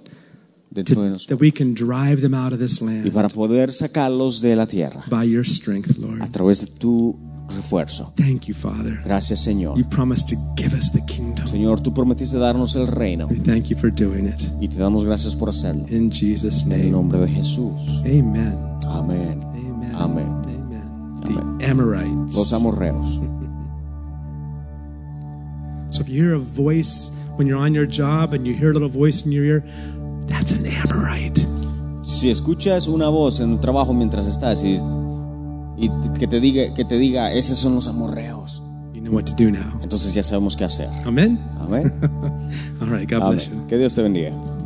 Speaker 4: dentro de
Speaker 1: that
Speaker 4: nosotros
Speaker 1: we can drive them out of this
Speaker 4: y
Speaker 1: land
Speaker 4: para poder sacarlos de la tierra
Speaker 1: by your strength,
Speaker 4: a
Speaker 1: Lord.
Speaker 4: través de tu refuerzo.
Speaker 1: Thank you, Father.
Speaker 4: Gracias,
Speaker 1: You
Speaker 4: Señor.
Speaker 1: promised to give us the kingdom.
Speaker 4: Señor, tú prometiste darnos el reino
Speaker 1: We thank you for doing it.
Speaker 4: y te damos gracias por hacerlo.
Speaker 1: In Jesus'
Speaker 4: En el
Speaker 1: name.
Speaker 4: nombre de Jesús.
Speaker 1: Amen.
Speaker 4: Amén.
Speaker 1: Amen.
Speaker 4: Amén.
Speaker 1: Amen. The Amorites.
Speaker 4: Los amorreos.
Speaker 1: So if you hear a voice when you're on your job and you hear a little voice in your ear, that's an Amorite.
Speaker 4: Si escuchas una voz en tu trabajo mientras estás y, y que te diga que te diga, esos son los amorreos,
Speaker 1: You know what to do now.
Speaker 4: entonces ya sabemos qué hacer.
Speaker 1: Amen.
Speaker 4: Amén.
Speaker 1: All right. God bless you.
Speaker 4: Amén. Que Dios te bendiga.